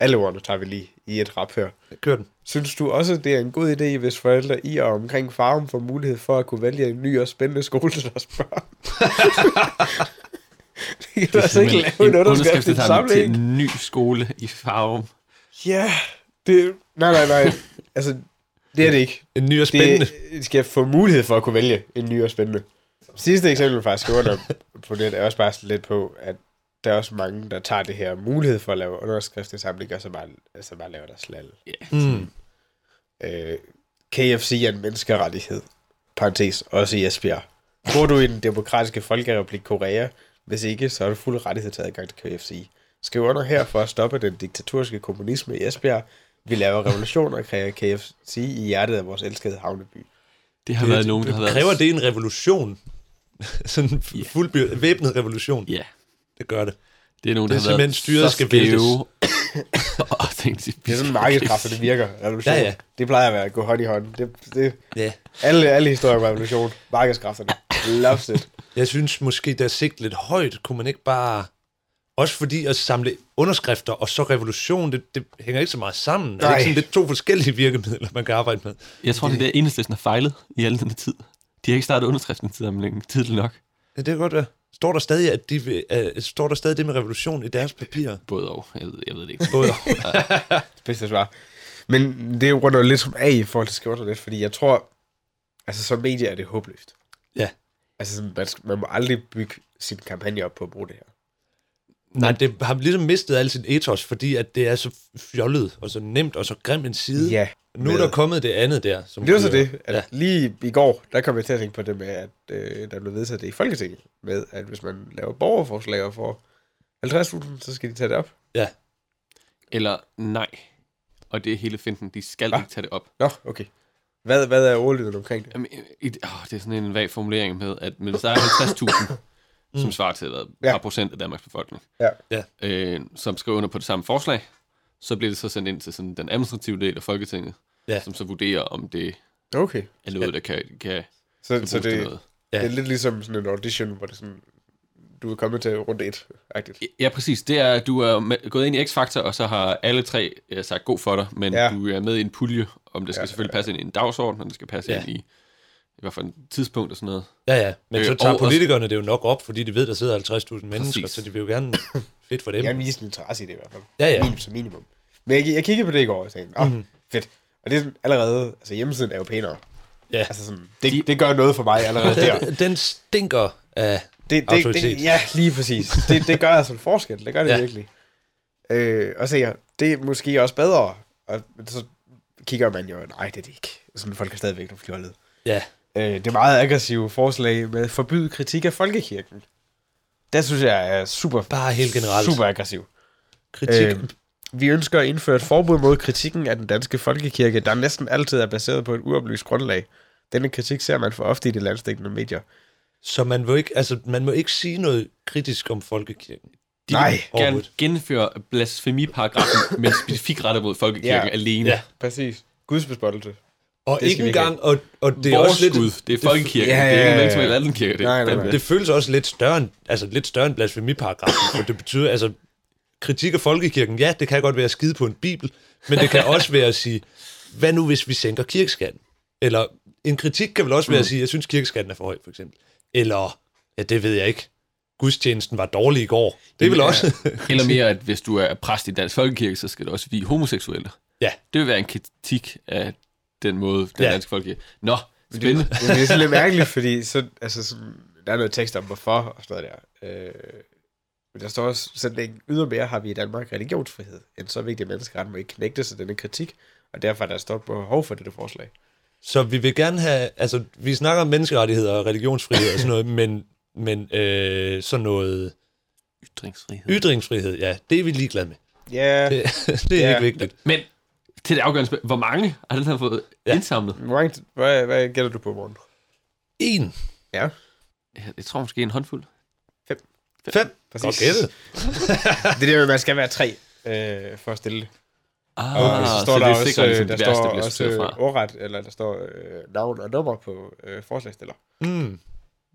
Speaker 5: alle ordene tager vi lige i et rap her.
Speaker 3: Kør den.
Speaker 5: Synes du også, det er en god idé, hvis forældre i og omkring farven får mulighed for at kunne vælge en ny og spændende skole til deres [laughs] børn? det kan altså ikke lave en
Speaker 4: underskriftsindsamling
Speaker 5: underskriftsindsamling.
Speaker 4: til en ny skole i Farum.
Speaker 5: Ja, det... Nej, nej,
Speaker 3: [laughs]
Speaker 5: nej. altså, det er det ikke.
Speaker 3: En ny og spændende.
Speaker 5: Det de skal få mulighed for at kunne vælge en ny og spændende. Sidste eksempel faktisk
Speaker 3: [laughs]
Speaker 5: under på det, er også bare sådan lidt på, at der er også mange, der tager det her mulighed for at lave underskriftsindsamlinger, så bare, altså bare laver der slal.
Speaker 3: Mm.
Speaker 5: Øh, KFC er en menneskerettighed. Parentes, også i Esbjerg. Bor du i den demokratiske folkerepublik Korea? Hvis ikke, så er du fuld rettighed til adgang til KFC. Skriv under her for at stoppe den diktatoriske kommunisme i Esbjerg. Vi laver revolution og kræver KFC i hjertet af vores elskede havneby.
Speaker 4: Det har det, været nogen, der har været...
Speaker 3: Kræver det en revolution? [laughs] sådan en fu- fuldbyrd, væbnet revolution.
Speaker 4: Ja.
Speaker 3: Det gør det.
Speaker 4: Det er nogen,
Speaker 3: Det
Speaker 4: der
Speaker 3: er
Speaker 4: har været
Speaker 3: simpelthen styret
Speaker 4: så
Speaker 3: skal
Speaker 4: skæve. [coughs] og tænkte,
Speaker 5: Det er sådan markedskræfter, det virker. Revolution.
Speaker 3: Ja, ja.
Speaker 5: Det plejer at være at gå hånd i hånd. Det, det,
Speaker 3: Ja.
Speaker 5: alle, alle historier om revolution. Markedskræfterne. Loves it.
Speaker 3: Jeg synes måske, der er sigt lidt højt. Kunne man ikke bare... Også fordi at samle underskrifter og så revolution, det, det hænger ikke så meget sammen. Nej. Er det
Speaker 5: Nej.
Speaker 3: ikke sådan lidt to forskellige virkemidler, man kan arbejde med?
Speaker 4: Jeg tror, det er der, enhedslisten har fejlet i al den her tid. De har ikke startet underskriften tidlig nok.
Speaker 3: Ja, det kan godt være. Står der stadig, at de vil, uh, står der stadig det med revolution i deres papirer?
Speaker 4: Både og. Jeg ved, jeg ved det
Speaker 5: [laughs]
Speaker 4: ikke.
Speaker 3: Både
Speaker 5: bedste svar. Men det runder lidt som af i forhold til skjorter lidt, fordi jeg tror, altså som medie er det håbløst.
Speaker 3: Ja.
Speaker 5: Altså sådan, man, skal- man må aldrig bygge sin kampagne op på at bruge det her.
Speaker 3: Nej, det har ligesom mistet al sin ethos, fordi at det er så fjollet og så nemt og så grim en side.
Speaker 5: Ja.
Speaker 3: Nu er der kommet det andet der. Som
Speaker 5: Men det var så
Speaker 3: kører.
Speaker 5: det,
Speaker 3: Ja.
Speaker 5: at lige i går, der kom jeg til at tænke på det med, at øh, der blev vedtaget det i Folketinget, med at hvis man laver borgerforslag og får 50.000, så skal de tage det op.
Speaker 3: ja.
Speaker 4: Eller nej. Og det er hele finten. De skal
Speaker 5: Ah.
Speaker 4: ikke tage det op.
Speaker 5: Nå, okay. Hvad, hvad er ordlyden omkring det?
Speaker 4: Jamen, i, åh, det er sådan en vag formulering med, at men hvis der er
Speaker 5: [laughs]
Speaker 4: 50.000, som svarer til hvad,
Speaker 5: Mm. Ja.
Speaker 4: ja. par procent af Danmarks befolkning,
Speaker 5: Ja.
Speaker 3: Ja.
Speaker 4: Øh, som skriver under på det samme forslag, så bliver det så sendt ind til sådan den administrative del af Folketinget,
Speaker 3: Ja.
Speaker 4: som så vurderer, om det
Speaker 5: Okay.
Speaker 4: er noget, der kan, kan,
Speaker 5: Så,
Speaker 4: kan
Speaker 5: så
Speaker 4: bruges til
Speaker 5: det,
Speaker 4: noget.
Speaker 3: Ja.
Speaker 5: det er lidt ligesom sådan en audition, hvor det sådan, du er kommet til rundt et -agtigt.
Speaker 4: Ja, præcis. Det er, at du er med, gået ind i X-Factor, og så har alle tre øh, sagt god for dig, men
Speaker 5: Ja.
Speaker 4: ja. du er med i en pulje, om det skal ja, selvfølgelig passe ind i en dagsorden, og det skal passe
Speaker 3: Ja.
Speaker 4: ja. ind i, i hvert fald en tidspunkt og sådan noget.
Speaker 3: Ja, ja. Men
Speaker 4: Øh,
Speaker 3: så tager
Speaker 4: og også-
Speaker 3: politikerne det jo nok op, fordi de ved, der sidder 50.000 mennesker,
Speaker 4: Præcis.
Speaker 3: så de vil jo gerne fedt for dem.
Speaker 5: Jeg har vist en interesse i det i hvert fald.
Speaker 3: Ja, Mhm. ja.
Speaker 5: Minimum, som minimum. Men jeg, jeg kiggede på det i går og tænkte, åh, mm-hmm. fedt. Og det er sådan, allerede, altså hjemmesiden er jo pænere.
Speaker 3: Ja.
Speaker 5: Altså sådan, det, De... det gør noget for mig allerede
Speaker 3: [laughs]
Speaker 5: der.
Speaker 3: Den, den stinker af
Speaker 5: Det, det,
Speaker 3: autoritet.
Speaker 5: det, ja, lige præcis. Det, det gør altså en forskel, det gør det
Speaker 3: Ja.
Speaker 5: ja. virkelig. Øh, og så jeg, det er måske også bedre. Og så kigger man jo, nej, det er det ikke. Sådan folk er stadigvæk nogle fjollede.
Speaker 3: Ja.
Speaker 5: Øh, det er meget aggressive forslag med forbyd kritik af folkekirken. Det synes jeg er super,
Speaker 3: Bare helt generelt.
Speaker 5: super aggressiv.
Speaker 3: Kritik.
Speaker 5: Øhm, Vi ønsker at indføre et forbud mod kritikken af den danske folkekirke, der næsten altid er baseret på et uoplyst grundlag. Denne kritik ser man for ofte i de landstækkende medier.
Speaker 3: Så man må, ikke, altså, man må ikke sige noget kritisk om folkekirken.
Speaker 4: De
Speaker 5: Nej,
Speaker 4: vil gerne
Speaker 3: overhovedet.
Speaker 4: genføre blasfemiparagrafen, men specifikt rettet mod folkekirken
Speaker 5: Ja.
Speaker 4: ja. alene.
Speaker 3: Ja.
Speaker 4: Ja.
Speaker 5: Præcis. Guds bespottelse.
Speaker 3: Og
Speaker 5: Det skal
Speaker 3: ikke
Speaker 5: vi ikke
Speaker 3: engang, og, og det er
Speaker 4: Vores
Speaker 3: også lidt...
Speaker 4: Gud, det er folkekirken,
Speaker 5: Ja,
Speaker 4: ja,
Speaker 5: ja,
Speaker 4: ja, ja. det er ikke
Speaker 5: ja,
Speaker 4: en
Speaker 5: ja.
Speaker 4: national anden kirke. Det.
Speaker 5: Nej, nej,
Speaker 4: den-
Speaker 5: nej.
Speaker 3: Det føles også lidt større, end- altså lidt større end blasfemiparagrafen, for det betyder, altså kritik af folkekirken, ja, det kan godt være at skide på en bibel, men det kan også være at sige, hvad nu hvis vi sænker kirkeskatten? Eller en kritik kan vel også være at sige, jeg synes kirkeskatten er for høj, for eksempel. Eller, ja, det ved jeg ikke, gudstjenesten var dårlig i går. Det er vel
Speaker 4: Ja.
Speaker 3: også...
Speaker 4: Eller mere, at hvis du er præst i Dansk Folkekirke, så skal du også vige homoseksuelle.
Speaker 3: Ja.
Speaker 4: Det vil være en kritik af den måde, den
Speaker 3: Ja.
Speaker 4: ja. danske folkekirke... Nå, spændende.
Speaker 5: Men det er sådan lidt mærkeligt, fordi så, altså sådan, der er noget tekst om hvorfor og sådan noget der. Øh, men der står også, så længe ydermere har vi i Danmark religionsfrihed. En så vigtig menneskeret må ikke knægte sig denne kritik, og derfor er der stort behov for dette forslag.
Speaker 3: Så vi vil gerne have, altså vi snakker om menneskerettigheder og religionsfrihed og sådan
Speaker 5: [laughs]
Speaker 3: noget, men, men øh, sådan noget
Speaker 4: Ytringsfrihed.
Speaker 3: ytringsfrihed, ja, det er vi ligeglade med.
Speaker 5: Ja,
Speaker 3: Det, [laughs] det er
Speaker 5: Ja.
Speaker 3: ikke vigtigt.
Speaker 4: Men til det afgørende spørgsmål, hvor mange har den her fået
Speaker 3: Ja.
Speaker 4: ja. indsamlet?
Speaker 5: hvor mange, hvad, hvad gælder du på morgen?
Speaker 3: En.
Speaker 5: Ja,
Speaker 4: Jeg- Jeg tror måske en håndfuld.
Speaker 3: Fem.
Speaker 5: præcis.
Speaker 3: Godt gættet.
Speaker 5: Det er der, man skal være tre øh, for at stille det.
Speaker 4: Ah,
Speaker 5: Og så står der også,
Speaker 4: sikkert
Speaker 5: øh,
Speaker 4: ligesom
Speaker 5: der
Speaker 4: det værste,
Speaker 5: står
Speaker 4: bliver
Speaker 5: også
Speaker 4: sorteret
Speaker 5: øh,
Speaker 4: fra.
Speaker 5: ordret, eller der står øh, navn og nummer på øh, forslagstiller.
Speaker 3: Mm.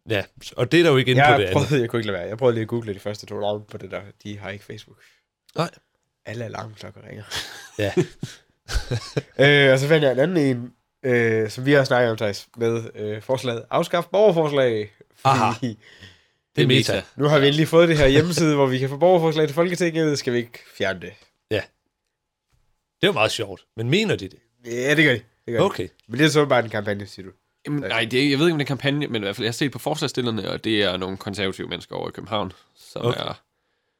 Speaker 3: Ja, og det er der jo ikke inde på det
Speaker 5: Jeg
Speaker 3: andet.
Speaker 5: prøvede, jeg kunne ikke lade være. Jeg prøvede lige at google de første to navne på det der. De har ikke Facebook.
Speaker 3: Nej.
Speaker 5: Alle alarmklokker ringer.
Speaker 3: Ja.
Speaker 5: [laughs] øh, og så fandt jeg en anden en, øh, som vi har snakket om, Thijs, med øh, forslaget Afskaf borgerforslag.
Speaker 3: Aha.
Speaker 5: Fordi
Speaker 3: Det er meta.
Speaker 5: Nu har vi endelig fået det her hjemmeside, hvor vi kan få borgerforslag til Folketinget. Skal vi ikke fjerne det?
Speaker 3: Det er jo meget sjovt. Men mener de det?
Speaker 5: Ja, det gør de. Det gør de.
Speaker 3: Okay.
Speaker 5: Men det er så bare en kampagne, siger du.
Speaker 4: Jamen, Nej, det, er- jeg ved ikke, om det er kampagne, men i hvert fald, jeg har set på forslagstillerne, og det er nogle konservative mennesker over i København, som
Speaker 3: Okay.
Speaker 4: okay. er,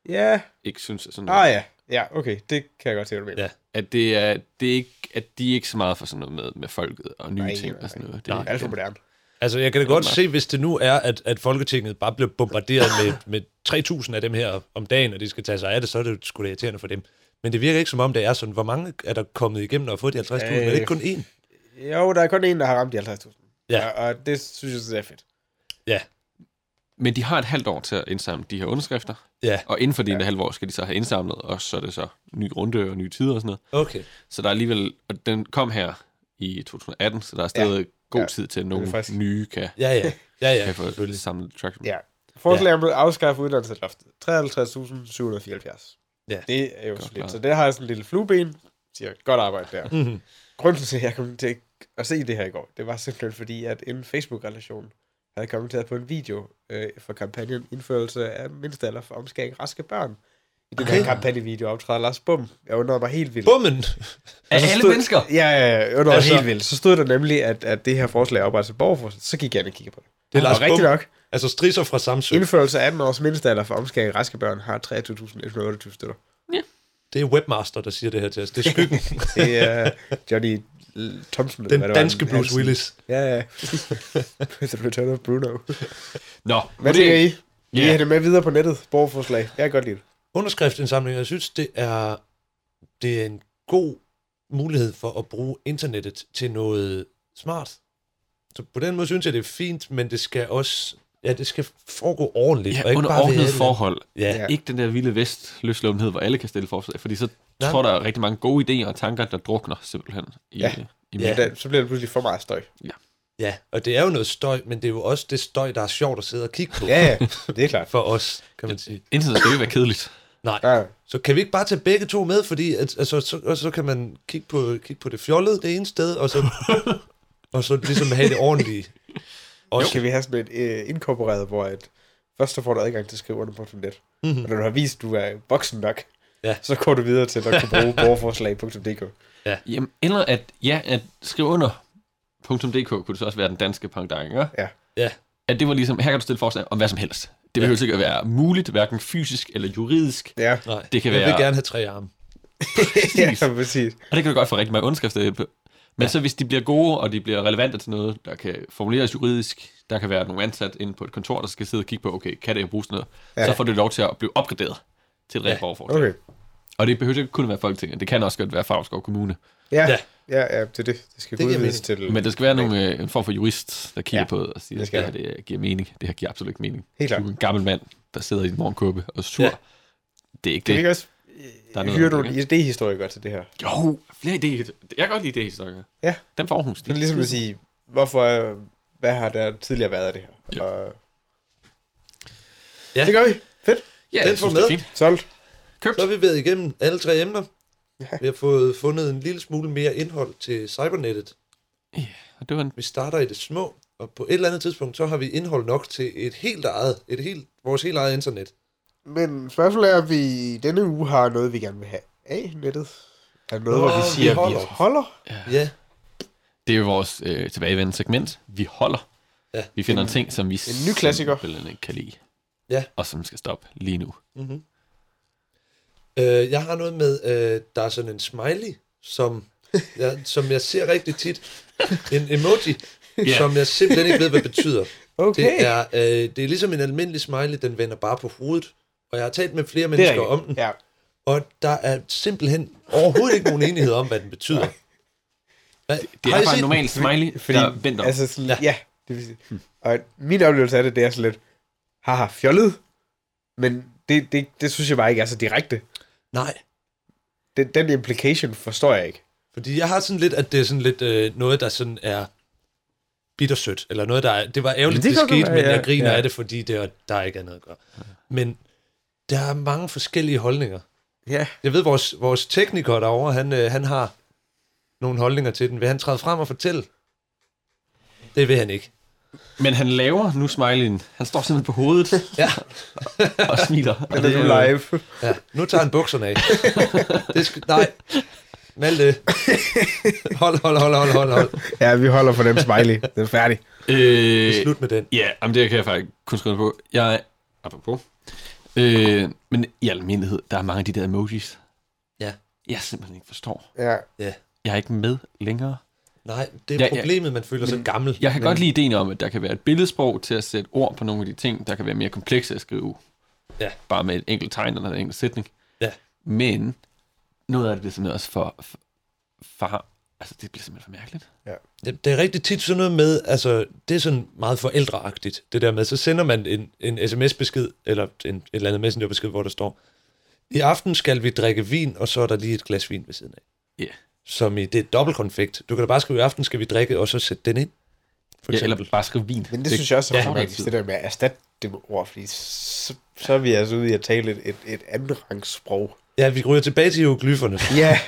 Speaker 5: Ja.
Speaker 4: ikke synes, at, sådan,
Speaker 5: Ah ja. Ja, okay. Det kan jeg godt se, hvad du mener.
Speaker 3: Ja.
Speaker 5: Ja.
Speaker 4: at, det er, det er ikke, at de er ikke så meget for sådan noget med, med folket og nye
Speaker 5: Nej,
Speaker 4: ting
Speaker 5: nej,
Speaker 4: og sådan noget. Det,
Speaker 5: Det er alt for moderne.
Speaker 3: Altså, jeg kan da godt se, hvis det nu er, at, at Folketinget bare bliver bombarderet med, med 3.000 af dem her om dagen, og de skal tage sig af det, så er det jo sgu da irriterende for dem. Men det virker ikke, som om det er sådan. Hvor mange er der kommet igennem og har fået de 50.000? Øh. Er det ikke kun én?
Speaker 5: Jo, der er kun en, der har ramt de 50.000.
Speaker 3: Ja.
Speaker 5: Og, og det synes jeg, det er fedt.
Speaker 3: Ja.
Speaker 4: Men de har et halvt år til at indsamle de her underskrifter,
Speaker 3: Ja,
Speaker 4: og inden for det ja. halvt år skal de så have indsamlet, og så er det så ny runde og nye tider og sådan noget.
Speaker 3: okay.
Speaker 4: Så der er alligevel, og den kom her i 2018, så der er stadig ja. god
Speaker 5: Ja.
Speaker 4: ja. tid til, at
Speaker 5: Det er
Speaker 4: nogle
Speaker 5: frisk.
Speaker 4: nye kan,
Speaker 3: Ja, ja. Ja, ja.
Speaker 4: kan få samlet traction.
Speaker 5: Ja. Forslag om at afskaffe uddannelsesloftet. 53.774.
Speaker 3: Ja.
Speaker 5: Det er jo sådan lidt.
Speaker 4: klaret.
Speaker 5: Så det har jeg sådan en lille flueben. Siger, godt arbejde der.
Speaker 3: Mhm.
Speaker 5: Grunden til, at jeg kom til at se det her i går, det var simpelthen fordi, at en Facebook-relation havde kommenteret på en video øh, for kampagnen Indførelse af mindstalder for omskæring raske børn. I den okay. her kampagnevideo optræder Lars Bum. Jeg undrede mig helt vildt.
Speaker 3: Bummen!
Speaker 4: Af alle
Speaker 5: stod,
Speaker 4: mennesker?
Speaker 5: Ja, ja, ja, jeg undrede
Speaker 3: Altså-
Speaker 5: altså, helt vildt. Så stod der nemlig, at, at det her forslag er oprettet til borgerforslag. Så gik jeg ind og kiggede på det.
Speaker 3: Det er Lars
Speaker 5: og rigtigt
Speaker 3: Bum.
Speaker 5: nok.
Speaker 3: Altså strisser fra Samsø.
Speaker 5: Indførelse af 18 års mindstalder for omskæring raske børn har 23.128 støtter.
Speaker 3: Det er webmaster, der siger det her til os. Det er
Speaker 5: [laughs]
Speaker 3: skyggen.
Speaker 5: Det er Johnny L- Thompson. eller
Speaker 3: Den
Speaker 5: hvad det var,
Speaker 3: danske
Speaker 5: han-
Speaker 3: Bruce
Speaker 5: Hansen.
Speaker 3: Willis.
Speaker 5: Ja,
Speaker 3: [laughs]
Speaker 5: ja. The Return of Bruno.
Speaker 4: Nå,
Speaker 5: Hvad
Speaker 4: nu
Speaker 5: tænker I?
Speaker 4: det,
Speaker 5: Vi
Speaker 4: Ja.
Speaker 5: yeah. har det med videre på nettet. Borgerforslag. Jeg kan godt lide det.
Speaker 3: Underskriftsindsamling, jeg synes, det er, det er en god mulighed for at bruge internettet til noget smart. Så på den måde synes jeg, det er fint, men det skal også ja, det skal foregå ordentligt.
Speaker 4: ja, under
Speaker 3: ved
Speaker 4: ordnet
Speaker 3: alle.
Speaker 4: forhold.
Speaker 3: Ja.
Speaker 5: Ja.
Speaker 3: ja.
Speaker 4: Ikke den der vilde vest løslummenhed, hvor alle kan stille forslag, fordi så
Speaker 3: Nej.
Speaker 4: tror der er rigtig mange gode idéer og tanker, der drukner simpelthen i,
Speaker 5: Ja.
Speaker 4: i
Speaker 3: Ja.
Speaker 5: Da, så bliver det pludselig for meget støj.
Speaker 3: ja. Og det er jo noget støj, men det er jo også det støj, der er sjovt at sidde og kigge på.
Speaker 5: Ja, ja. Det er klart.
Speaker 3: For os, kan man sige.
Speaker 4: Intet skal jo ikke være kedeligt.
Speaker 3: Nej.
Speaker 5: Ja.
Speaker 3: Så kan vi ikke bare tage begge to med, fordi at, altså, så, og så kan man kigge på, kigge på det fjollede det ene sted, og så, og så ligesom have det ordentlige.
Speaker 5: Og så
Speaker 3: Også,
Speaker 5: kan vi have sådan et øh, inkorporeret, hvor at først så får du adgang til skriverne på net. Mm-hmm. Og når du har vist, at du er voksen nok,
Speaker 3: Mhm. Ja.
Speaker 5: så går du videre til at kunne bruge borgerforslag.dk.
Speaker 4: Jamen, eller at, ja, at skrive under .dk kunne det så også være den danske pangdang, ikke?
Speaker 5: Ja.
Speaker 3: Ja.
Speaker 4: At det var ligesom, her kan du stille forslag om hvad som helst. Det behøver ikke at være muligt, hverken fysisk eller juridisk.
Speaker 5: Ja,
Speaker 3: nej,
Speaker 4: Det kan
Speaker 3: jeg
Speaker 4: være-
Speaker 3: vil gerne have tre arme.
Speaker 5: [laughs] ja præcis.
Speaker 4: Og det kan du godt få rigtig mange underskrifter ind på. Men ja. så hvis de bliver gode, og de bliver relevante til noget, der kan formuleres juridisk, der kan være nogle ansat inde på et kontor, der skal sidde og kigge på, okay, kan det her bruges til noget?
Speaker 5: Ja.
Speaker 4: Ja. Så får det lov til at blive opgraderet til et rent
Speaker 3: Ja.
Speaker 4: borgerforslag.
Speaker 5: Okay.
Speaker 4: Og det behøver ikke kun at være Folketinget, det kan også godt være Favrskov Kommune.
Speaker 5: Ja,
Speaker 3: Ja.
Speaker 5: ja, ja det er det. Det skal
Speaker 3: Det giver
Speaker 5: udvides til...
Speaker 4: Men der skal være nogle, øh, en form for jurist, der kigger
Speaker 5: Ja,
Speaker 4: ja, på det og siger,
Speaker 5: det
Speaker 4: at
Speaker 5: skal
Speaker 4: det her det giver mening. Det her giver absolut ikke mening.
Speaker 5: Helt klart.
Speaker 4: Du er en gammel mand, der sidder i en morgenkåbe og er sur.
Speaker 3: Ja.
Speaker 4: Ja. Det er ikke
Speaker 5: Kan vi
Speaker 4: det.
Speaker 5: ikke også
Speaker 4: Der er
Speaker 5: øh,
Speaker 4: noget
Speaker 5: hyre
Speaker 4: om det,
Speaker 5: nogle idéhistorikere til det her?
Speaker 4: Jo, flere idéer. Jeg kan godt lide det, Stokker.
Speaker 5: Ja.
Speaker 4: Den får hun.
Speaker 5: Det er ligesom at sige, hvorfor, øh, hvad har der tidligere været af det her?
Speaker 4: Ja.
Speaker 5: Og...
Speaker 3: Ja.
Speaker 5: Det gør vi. Fedt.
Speaker 4: ja,
Speaker 3: den
Speaker 4: jeg
Speaker 3: får
Speaker 4: synes, det er
Speaker 3: med.
Speaker 4: fint.
Speaker 5: Solgt.
Speaker 4: Købt.
Speaker 3: Så har vi været igennem alle tre emner. Vi har fået fundet en lille smule mere indhold til cybernettet.
Speaker 4: Og Det var en...
Speaker 3: Vi starter i det små, og på et eller andet tidspunkt, så har vi indhold nok til et helt eget, et helt, vores helt eget internet.
Speaker 5: Men spørgsmålet er, om vi i denne uge har noget, vi gerne vil have af nettet. Er der noget,
Speaker 3: Nå,
Speaker 5: hvor vi
Speaker 3: vi
Speaker 5: siger, at vi
Speaker 3: holder.
Speaker 5: holder?
Speaker 3: Ja,
Speaker 4: Det er jo vores øh, tilbagevendende segment. Vi holder.
Speaker 3: Ja.
Speaker 4: Vi finder en, ting, som vi
Speaker 5: en ny klassiker.
Speaker 4: simpelthen ikke kan lide.
Speaker 3: Ja.
Speaker 4: Og som skal stoppe lige nu.
Speaker 3: Øh, jeg har noget med, øh, der er sådan en smiley, som jeg, som jeg ser rigtig tit. En emoji, yeah. som jeg simpelthen ikke ved, hvad betyder.
Speaker 5: Okay.
Speaker 3: Det, er, øh, det er ligesom en almindelig smiley, den vender bare på hovedet. Og jeg har talt med flere mennesker om den,
Speaker 5: Ja.
Speaker 3: og der er simpelthen overhovedet ikke nogen enighed om, hvad den betyder.
Speaker 4: Det er bare en normal smiley,
Speaker 5: [laughs] Fordi,
Speaker 4: der venter. Altså,
Speaker 5: altså, sådan, ja.
Speaker 3: Ja.
Speaker 5: ja. det vil sige. Og min oplevelse af det, det er sådan lidt, haha, fjollet. Men det, det, det synes jeg bare ikke er så direkte.
Speaker 3: Nej,
Speaker 5: Den, den implication forstår jeg ikke.
Speaker 3: fordi jeg har sådan lidt, at det er sådan lidt øh, noget, der sådan er bittersødt, eller noget, der er, det var ærgerligt,
Speaker 5: Det
Speaker 3: det,
Speaker 5: kan
Speaker 3: det
Speaker 5: godt
Speaker 3: skete,
Speaker 5: være,
Speaker 3: men
Speaker 5: ja,
Speaker 3: jeg griner
Speaker 5: ja.
Speaker 3: ja. af det, fordi det er, der er ikke andet at gøre. Men der er mange forskellige holdninger.
Speaker 5: Ja.
Speaker 3: Jeg ved, vores, vores tekniker derovre, han, øh, han har nogle holdninger til den. Vil han træde frem og fortælle? Det vil han ikke.
Speaker 4: Men han laver nu smileyen. Han står simpelthen på hovedet
Speaker 3: Ja,
Speaker 4: [laughs] og smiler. Og
Speaker 5: Den er
Speaker 4: det
Speaker 5: nu
Speaker 4: jo-
Speaker 5: live.
Speaker 3: ja. nu tager han bukserne af. Det skal, nej, Malte. Hold, hold, hold, hold, hold, hold.
Speaker 5: [laughs] Ja, vi holder for den smiley. Den er færdig.
Speaker 4: Øh,
Speaker 3: Slut med den.
Speaker 4: Ja, men det kan jeg faktisk kun skrive på. Jeg er... Apropos. Øh, men i almindelighed, der er mange af de der emojis.
Speaker 3: Ja.
Speaker 4: Jeg simpelthen ikke forstår.
Speaker 5: Ja.
Speaker 4: Jeg er ikke med længere.
Speaker 3: Nej, det er
Speaker 4: Ja, ja.
Speaker 3: problemet, man føler sig gammel.
Speaker 4: Jeg kan men... godt lide ideen om, at der kan være et billedsprog til at sætte ord på nogle af de ting, der kan være mere komplekse at skrive.
Speaker 3: Ja.
Speaker 4: Bare med et enkelt tegn eller en enkelt sætning.
Speaker 3: Ja.
Speaker 4: Men noget af det bliver simpelthen også for... for, for altså, det bliver simpelthen for mærkeligt.
Speaker 3: Det, det er rigtig tit sådan noget med, altså, det er sådan meget forældreagtigt, det der med, så sender man en, en sms-besked, eller en, et eller andet messengerbesked, hvor der står, i aften skal vi drikke vin, og så er der lige et glas vin ved siden af.
Speaker 4: Ja.
Speaker 3: Som i, det er dobbeltkonfekt. Du kan da bare skrive, i aften skal vi drikke, og så sætte den ind. For
Speaker 4: Ja,
Speaker 3: eksempel.
Speaker 4: eller bare skrive vin.
Speaker 5: Men det, det synes jeg også er
Speaker 4: ja.
Speaker 5: problematisk, det der med at erstatte det med ord, fordi så, så er vi altså ude i at tale et, et, et andet rangs sprog.
Speaker 3: Ja, vi ryger tilbage til hieroglyferne.
Speaker 5: [laughs] Ja.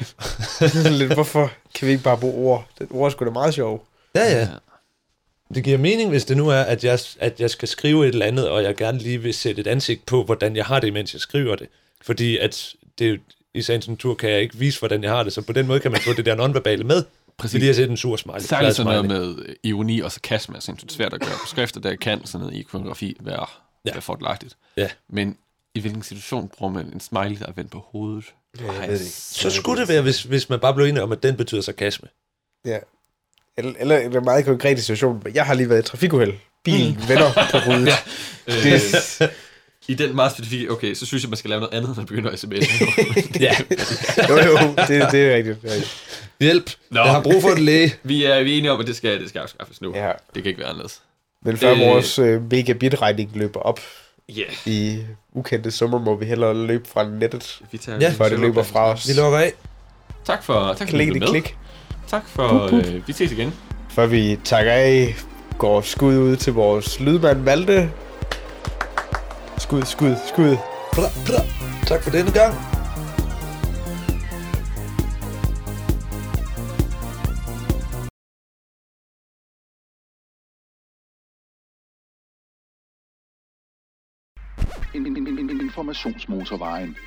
Speaker 5: Sådan lidt, hvorfor kan vi ikke bare bruge ord? Det ord er sgu da meget sjovt.
Speaker 3: Ja, ja. Det giver mening, hvis det nu er, at jeg, at jeg skal skrive et eller andet, og jeg gerne lige vil sætte et ansigt på, hvordan jeg har det, mens jeg skriver det. Fordi at det er jo- i sagens natur kan jeg ikke vise, hvordan jeg har det, så på den måde kan man få det der nonverbale med. Præcis. Lige at sætte en sur smiley. glad
Speaker 4: Særligt sådan noget
Speaker 3: smiley.
Speaker 4: med øh, ironi og sarkasme er sindssygt svært at gøre på skrift, og der kan sådan noget ikonografi være, ja. være fordelagtigt.
Speaker 3: Ja.
Speaker 4: Men i hvilken situation bruger man en smiley, der er vendt på hovedet? Ja, jeg ved det ikke.
Speaker 3: Så skulle det være, hvis, hvis man bare blev enig om, at den betyder sarkasme.
Speaker 5: Ja. Eller, eller en meget konkret situation. men Jeg har lige været i et trafikuheld. Bilen mm. vender [laughs] på ruden. ja.
Speaker 4: Øh, [laughs] I den meget specifikke, okay, så synes jeg, man skal lave noget andet, når man begynder at sms.
Speaker 5: [laughs]
Speaker 3: Ja.
Speaker 5: Jo, jo, det, det er rigtigt. Det er rigtigt.
Speaker 3: Hjælp. Nå. Jeg har brug for en læge.
Speaker 4: vi, er, vi er enige om, at det skal, det skal afskaffes nu.
Speaker 5: Ja.
Speaker 4: Det kan ikke være anderledes.
Speaker 5: Men før
Speaker 4: Øh.
Speaker 5: vores øh, megabit-regning løber op
Speaker 4: Ja, yeah.
Speaker 5: i ukendte summer, må vi hellere løbe fra nettet,
Speaker 4: vi tager
Speaker 3: Ja.
Speaker 5: før det løber fra os.
Speaker 3: Vi lukker af.
Speaker 4: Tak for, tak for at
Speaker 5: Klik,
Speaker 4: du
Speaker 5: klik,
Speaker 4: med.
Speaker 5: klik.
Speaker 4: Tak for, øh, vi ses igen.
Speaker 5: Før vi takker af, går skud ud til vores lydmand Malte. Skud, skud, skud.
Speaker 3: Bra, bra. Tak for denne gang.
Speaker 2: Informationsmotorvejen.